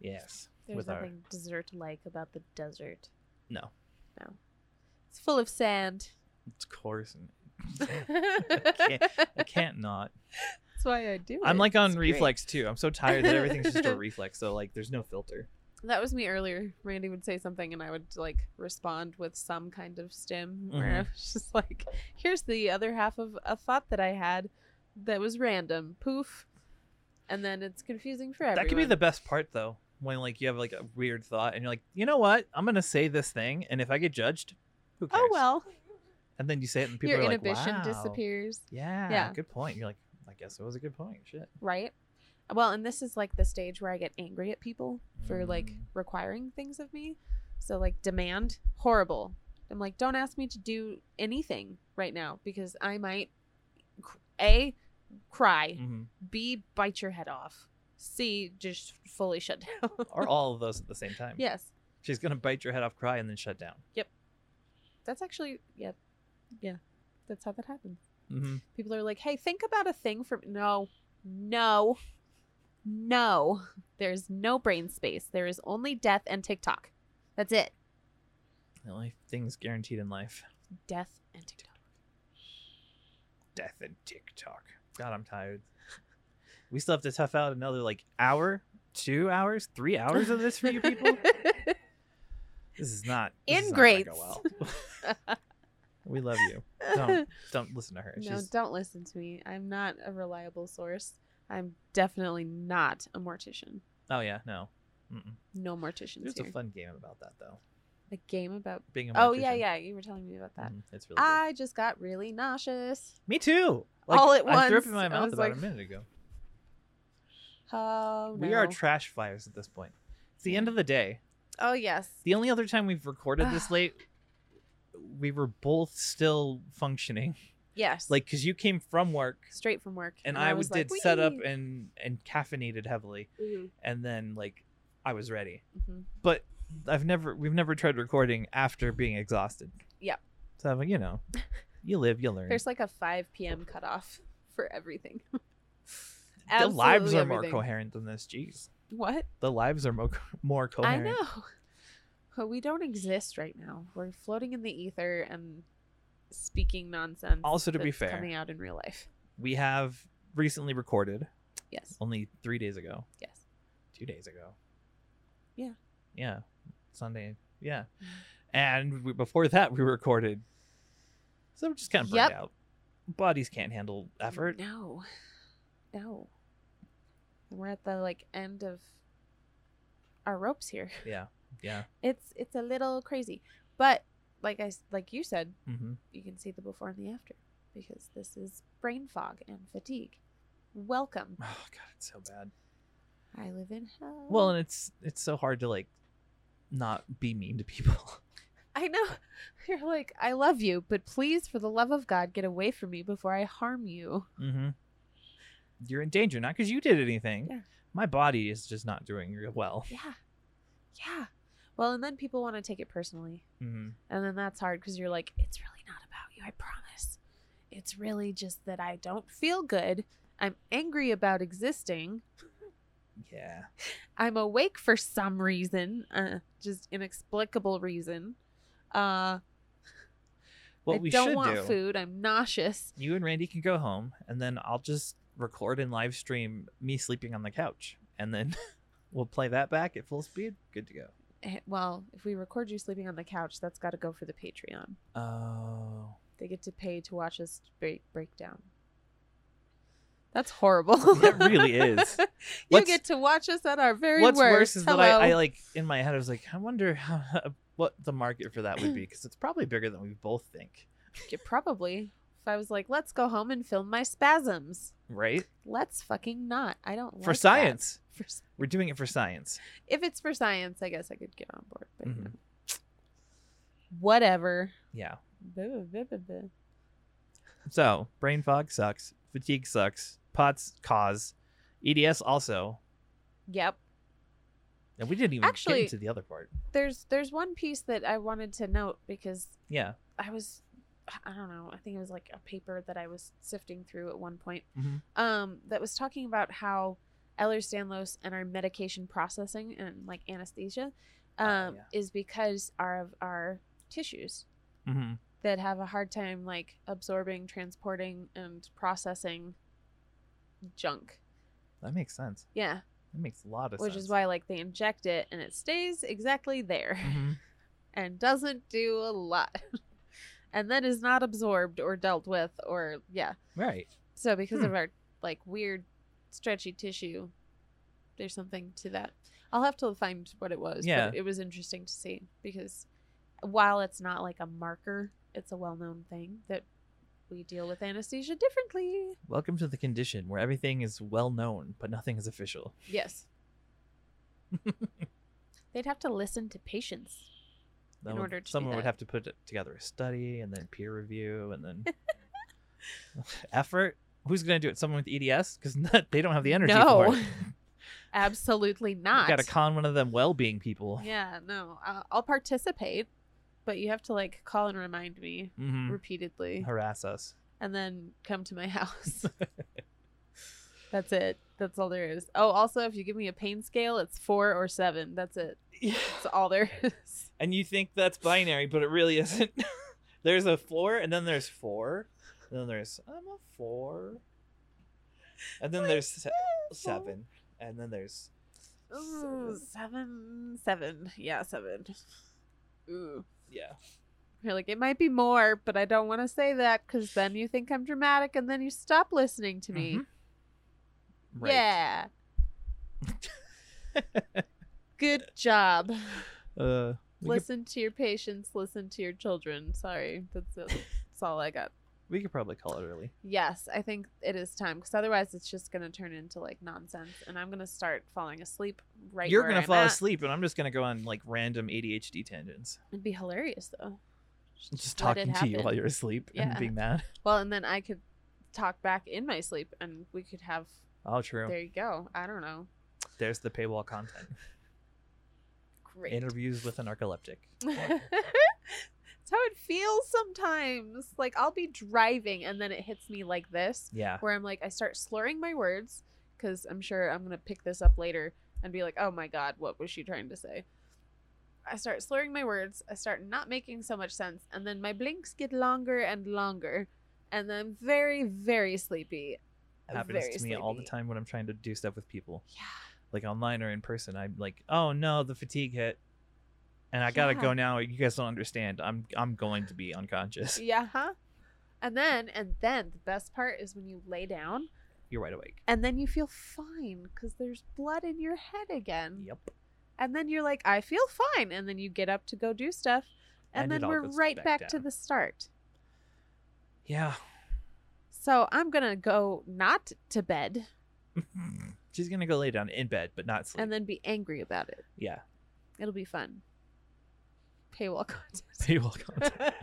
Speaker 2: Yes.
Speaker 1: there's
Speaker 2: with our
Speaker 1: nothing desert like about the desert
Speaker 2: no,
Speaker 1: it's full of sand
Speaker 2: it's coarse and
Speaker 1: that's
Speaker 2: I can't not.
Speaker 1: why i do
Speaker 2: I'm
Speaker 1: it.
Speaker 2: like on
Speaker 1: It's great.
Speaker 2: reflex too. I'm so tired that everything's just a reflex. So like, there's no filter.
Speaker 1: that was me earlier randy would say something and i would like respond with some kind of stim
Speaker 2: Mm-hmm.
Speaker 1: where i was just like here's the other half of a thought that i had that was random poof and then it's confusing for everyone
Speaker 2: That could be the best part though, when like you have like a weird thought and you're like, you know what? I'm gonna say this thing, and if I get judged, who cares?
Speaker 1: oh well
Speaker 2: And then you say it, and people
Speaker 1: your
Speaker 2: are like,
Speaker 1: inhibition
Speaker 2: wow.
Speaker 1: disappears
Speaker 2: Yeah,
Speaker 1: Yeah.
Speaker 2: Good point. You're like, I guess it was a good point. Shit.
Speaker 1: right well and this is like the stage where i get angry at people for like
Speaker 2: Mm.
Speaker 1: requiring things of me so like demand horrible i'm like don't ask me to do anything right now because i might cr- a cry
Speaker 2: hmm
Speaker 1: B, bite your head off. C, just fully shut down.
Speaker 2: or all of those at the same time.
Speaker 1: yes,
Speaker 2: She's gonna bite your head off, cry, and then shut down.
Speaker 1: that's actually yeah, yeah. That's how that happens.
Speaker 2: Mm-hmm.
Speaker 1: People are like, "Hey, think about a thing for no, no, no. There's no brain space. There is only death and TikTok. That's it.
Speaker 2: The only things guaranteed in life:
Speaker 1: Death and TikTok.
Speaker 2: death and TikTok. God, I'm tired. We still have to tough out another like hour, two hours, three hours of this for you people. this is not this is not gonna go
Speaker 1: Ingrates.
Speaker 2: well. we love you. Don't don't listen to her.
Speaker 1: no,
Speaker 2: She's
Speaker 1: don't listen to me. I'm not a reliable source. I'm definitely not a mortician.
Speaker 2: oh yeah, no. Mm-mm.
Speaker 1: No morticians
Speaker 2: There's
Speaker 1: here.
Speaker 2: a fun game about that though.
Speaker 1: a game about
Speaker 2: Being a
Speaker 1: Oh yeah,
Speaker 2: mortician.
Speaker 1: yeah. You were telling me about that.
Speaker 2: Mhm, It's really good.
Speaker 1: I just got really nauseous.
Speaker 2: Me too.
Speaker 1: All at
Speaker 2: I threw up in
Speaker 1: once,
Speaker 2: my
Speaker 1: I
Speaker 2: mouth
Speaker 1: was
Speaker 2: about
Speaker 1: like,
Speaker 2: a minute ago.
Speaker 1: Oh no.
Speaker 2: We are trash fires at this point. It's the end of the day.
Speaker 1: oh yes.
Speaker 2: The only other time we've recorded this late we were both still functioning.
Speaker 1: Yes.
Speaker 2: Like cuz you came from work
Speaker 1: straight from work.
Speaker 2: and, I, was did set up
Speaker 1: "Wee."
Speaker 2: and and caffeinated heavily
Speaker 1: Mhm,
Speaker 2: and then like I was ready.
Speaker 1: mhm.
Speaker 2: But I've never we've never tried recording after being exhausted.
Speaker 1: Yeah.
Speaker 2: So I'm like, you know, you live, you learn.
Speaker 1: There's like a 5 p.m. cutoff for everything.
Speaker 2: the lives
Speaker 1: Absolutely
Speaker 2: are more
Speaker 1: everything.
Speaker 2: coherent than this. Jeez.
Speaker 1: What?
Speaker 2: The lives are more more
Speaker 1: I
Speaker 2: coherent.
Speaker 1: know. But we don't exist right now. We're floating in the ether and speaking nonsense.
Speaker 2: Also, to be
Speaker 1: that's
Speaker 2: fair-
Speaker 1: coming out in real life.
Speaker 2: We have recently recorded
Speaker 1: Yes.
Speaker 2: only 3 days ago.
Speaker 1: Yes.
Speaker 2: two days ago.
Speaker 1: Yeah.
Speaker 2: Yeah. Sunday. Yeah. And we, before that, we recorded. So we're just kind of burnt
Speaker 1: Yep.
Speaker 2: out. Bodies can't handle effort.
Speaker 1: No. No. We're at the like end of our ropes here.
Speaker 2: Yeah. Yeah.
Speaker 1: It's it's a little crazy, but like I s- like you said,
Speaker 2: hmm
Speaker 1: you can see the before and the after because this is brain fog and fatigue. Welcome.
Speaker 2: Oh god, it's so bad.
Speaker 1: I live in hell.
Speaker 2: Well, and it's it's so hard to like not be mean to people.
Speaker 1: I know. You're like, I love you, but please, for the love of God, get away from me before I harm you.
Speaker 2: mm-hmm. You're in danger, not because you did anything.
Speaker 1: Yeah.
Speaker 2: My body is just not doing real well.
Speaker 1: Yeah. Yeah. Well, and then people want to take it personally.
Speaker 2: hmm
Speaker 1: And then that's hard because you're like, it's really not about you. I promise. It's really just that I don't feel good. I'm angry about existing.
Speaker 2: Yeah.
Speaker 1: I'm awake for some reason, uh, just inexplicable reason. Uh,
Speaker 2: What
Speaker 1: I
Speaker 2: we
Speaker 1: don't
Speaker 2: should
Speaker 1: want
Speaker 2: do.
Speaker 1: food. I'm nauseous.
Speaker 2: you and Randy can go home, and then I'll just record and live stream me sleeping on the couch, and then we'll play that back at full speed. Good to go.
Speaker 1: Eh, Well, if we record you sleeping on the couch, that's got to go for the Patreon.
Speaker 2: Oh,
Speaker 1: They get to pay to watch us break break down. That's horrible.
Speaker 2: That really is.
Speaker 1: you
Speaker 2: What's-
Speaker 1: get to watch us at our very
Speaker 2: what's worse,
Speaker 1: worst.
Speaker 2: is
Speaker 1: Hello.
Speaker 2: that I, I like in my head I was like, I wonder how, what the market for that would be because it's probably bigger than we both think,
Speaker 1: Yeah, probably if I was like, let's go home and film my spasms.
Speaker 2: right?
Speaker 1: Let's fucking not. I don't
Speaker 2: for
Speaker 1: like that.
Speaker 2: science,
Speaker 1: For s-
Speaker 2: we're doing it for science.
Speaker 1: if it's for science, I guess I could get on board. But you
Speaker 2: Mhm.
Speaker 1: know. whatever.
Speaker 2: Yeah.
Speaker 1: Buh, buh, buh, buh.
Speaker 2: So brain fog sucks, fatigue sucks, POTS cause, EDS also,
Speaker 1: Yep.
Speaker 2: and we didn't even
Speaker 1: Actually-
Speaker 2: get into the other part.
Speaker 1: There's there's one piece that I wanted to note because
Speaker 2: Yeah.
Speaker 1: I was I don't know, I think it was like a paper that I was sifting through at one point.
Speaker 2: Mhm.
Speaker 1: Um that was talking about how Ehlers-Danlos and our medication processing and like anesthesia um
Speaker 2: yeah.
Speaker 1: is because our- of our tissues
Speaker 2: Mm-hmm.
Speaker 1: that have a hard time like absorbing, transporting and processing junk.
Speaker 2: That makes sense.
Speaker 1: Yeah,
Speaker 2: That makes a lot of
Speaker 1: which
Speaker 2: sense.
Speaker 1: is why like they inject it and it stays exactly there.
Speaker 2: Mhm.
Speaker 1: and doesn't do a lot. and that is not absorbed or dealt with or yeah.
Speaker 2: Right.
Speaker 1: So because
Speaker 2: Hmm.
Speaker 1: of our like weird stretchy tissue, there's something to that. I'll have to find what it was.
Speaker 2: Yeah.
Speaker 1: But it was interesting to see because while it's not like a marker, it's a well known thing that we deal with anesthesia differently.
Speaker 2: Welcome to the condition where everything is well known, but nothing is official.
Speaker 1: Yes. They'd have to listen to patients.
Speaker 2: That
Speaker 1: In
Speaker 2: would-
Speaker 1: order to do
Speaker 2: someone would
Speaker 1: that.
Speaker 2: have to put it- together a study and then peer review and then effort. Who's going to do it? Someone with E EDS? Because they don't have the energy
Speaker 1: No.
Speaker 2: for it.
Speaker 1: Absolutely not.
Speaker 2: got to con one of them well-being people.
Speaker 1: Yeah, no, uh, I'll participate, but you have to like call and remind me
Speaker 2: hmm
Speaker 1: repeatedly,
Speaker 2: Harass us.
Speaker 1: and then come to my house. That's it. That's all there is. Oh, also, if you give me a pain scale, it's four or seven. That's it. That's all there is.
Speaker 2: and you think that's binary, but it really isn't. there's a floor, and then there's four, and then there's I'm a four, and then there's se- seven, and then there's
Speaker 1: Ooh, seven, seven. Yeah, seven. Ooh.
Speaker 2: yeah.
Speaker 1: You're like, it might be more, but I don't want to say that because then you think I'm dramatic and then you stop listening to me.
Speaker 2: Mhm. Right.
Speaker 1: Yeah. Good job.
Speaker 2: Uh, we, could,
Speaker 1: listen to your patients listen to your children sorry that's, that's all i got
Speaker 2: we could probably call it early.
Speaker 1: yes i think it is time because otherwise it's just going to turn into like nonsense and i'm going to start falling asleep right
Speaker 2: You're
Speaker 1: where
Speaker 2: gonna
Speaker 1: I'm
Speaker 2: fall
Speaker 1: at.
Speaker 2: asleep, and I'm just gonna go on like random ADHD tangents.
Speaker 1: it'd be hilarious though
Speaker 2: just
Speaker 1: Let it
Speaker 2: talking to you while
Speaker 1: happen.
Speaker 2: you're asleep and
Speaker 1: Yeah.
Speaker 2: being mad.
Speaker 1: Well, and then I could talk back in my sleep and we could have
Speaker 2: Oh, true.
Speaker 1: there you go. I don't know.
Speaker 2: There's the paywall content.
Speaker 1: Great.
Speaker 2: Interviews with a narcoleptic.
Speaker 1: That's how it feels sometimes. Like I'll be driving and then it hits me like this,
Speaker 2: Yeah.
Speaker 1: where I'm like, I start slurring my words because I'm sure I'm gonna pick this up later and be like, oh my god, what was she trying to say? I start slurring my words. I start not making so much sense, and then my blinks get longer and longer, and then I'm very, very sleepy.
Speaker 2: Happens
Speaker 1: Very
Speaker 2: to me all the
Speaker 1: sleepy.
Speaker 2: time when I'm trying to do stuff with people,
Speaker 1: Yeah.
Speaker 2: like online or in person. I'm like, oh no, the fatigue hit. And I gotta
Speaker 1: Yeah.
Speaker 2: go now. You guys don't understand. I'm I'm going to be unconscious.
Speaker 1: Yeah, huh? And then, and then the best part is when you lay down
Speaker 2: You're wide awake.
Speaker 1: and then you feel fine because there's blood in your head again.
Speaker 2: Yep.
Speaker 1: And then you're like, I feel fine. And then you get up to go do stuff. And,
Speaker 2: And it
Speaker 1: then
Speaker 2: all
Speaker 1: we're
Speaker 2: goes
Speaker 1: right
Speaker 2: back
Speaker 1: back, to
Speaker 2: down.
Speaker 1: the start.
Speaker 2: Yeah.
Speaker 1: So I'm going to go not to bed
Speaker 2: She's gonna go lay down in bed, but not sleep.
Speaker 1: and then be angry about it.
Speaker 2: yeah.
Speaker 1: It'll be fun. Paywall contest.
Speaker 2: Paywall content.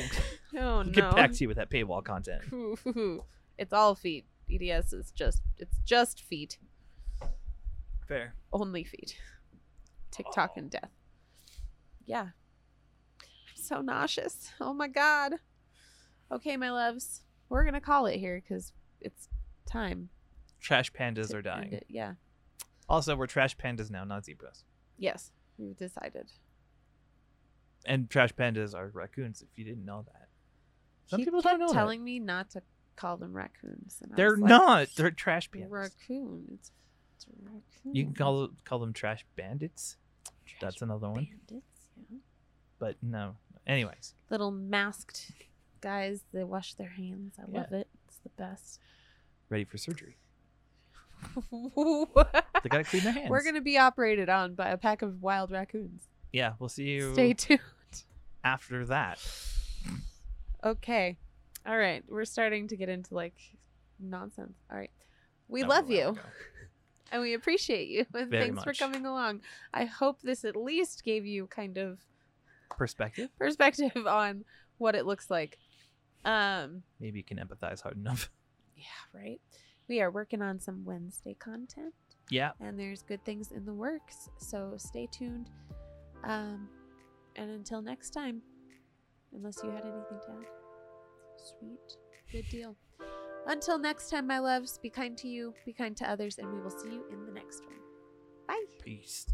Speaker 1: oh,
Speaker 2: we'll
Speaker 1: no.
Speaker 2: get back to you with that paywall content.
Speaker 1: it's all feet. EDS is just, it's just feet.
Speaker 2: Fair.
Speaker 1: only feet tiktok and death yeah i'm so nauseous oh my god okay my loves we're gonna call it here because it's time
Speaker 2: Trash pandas
Speaker 1: to
Speaker 2: are
Speaker 1: end
Speaker 2: dying.
Speaker 1: it. yeah
Speaker 2: Also, we're trash pandas now, not zebras.
Speaker 1: yes we've decided
Speaker 2: And trash pandas are raccoons. If you didn't know that, some
Speaker 1: He
Speaker 2: people don't know
Speaker 1: kept
Speaker 2: that.
Speaker 1: telling me not to call them raccoons and I
Speaker 2: They're
Speaker 1: was like,
Speaker 2: not. They're trash pandas.
Speaker 1: raccoon it's, it's a raccoon
Speaker 2: You can call call them trash bandits. That's another one.
Speaker 1: bandits yeah
Speaker 2: But no. Anyways,
Speaker 1: little masked guys they wash their hands i
Speaker 2: Yeah.
Speaker 1: love it it's the best
Speaker 2: ready for surgery. They gotta clean their hands.
Speaker 1: We're going to be operated on by a pack of wild raccoons.
Speaker 2: Yeah, we'll see you
Speaker 1: Stay tuned.
Speaker 2: after that.
Speaker 1: Okay. All right. We're starting to get into like nonsense. All right. We
Speaker 2: That was a
Speaker 1: love
Speaker 2: while
Speaker 1: you
Speaker 2: ago.
Speaker 1: and we appreciate you. And
Speaker 2: Very
Speaker 1: thanks for
Speaker 2: much.
Speaker 1: coming along. I hope this at least gave you kind of
Speaker 2: Perspective.
Speaker 1: perspective on what it looks like. Um,
Speaker 2: Maybe you can empathize hard enough.
Speaker 1: yeah, right. We are working on some Wednesday content.
Speaker 2: Yeah.
Speaker 1: and there's good things in the works. So stay tuned. Um, and until next time, unless you had anything to add, sweet, good deal. Until next time, my loves, be kind to you, be kind to others, and we will see you in the next one. Bye.
Speaker 2: Peace.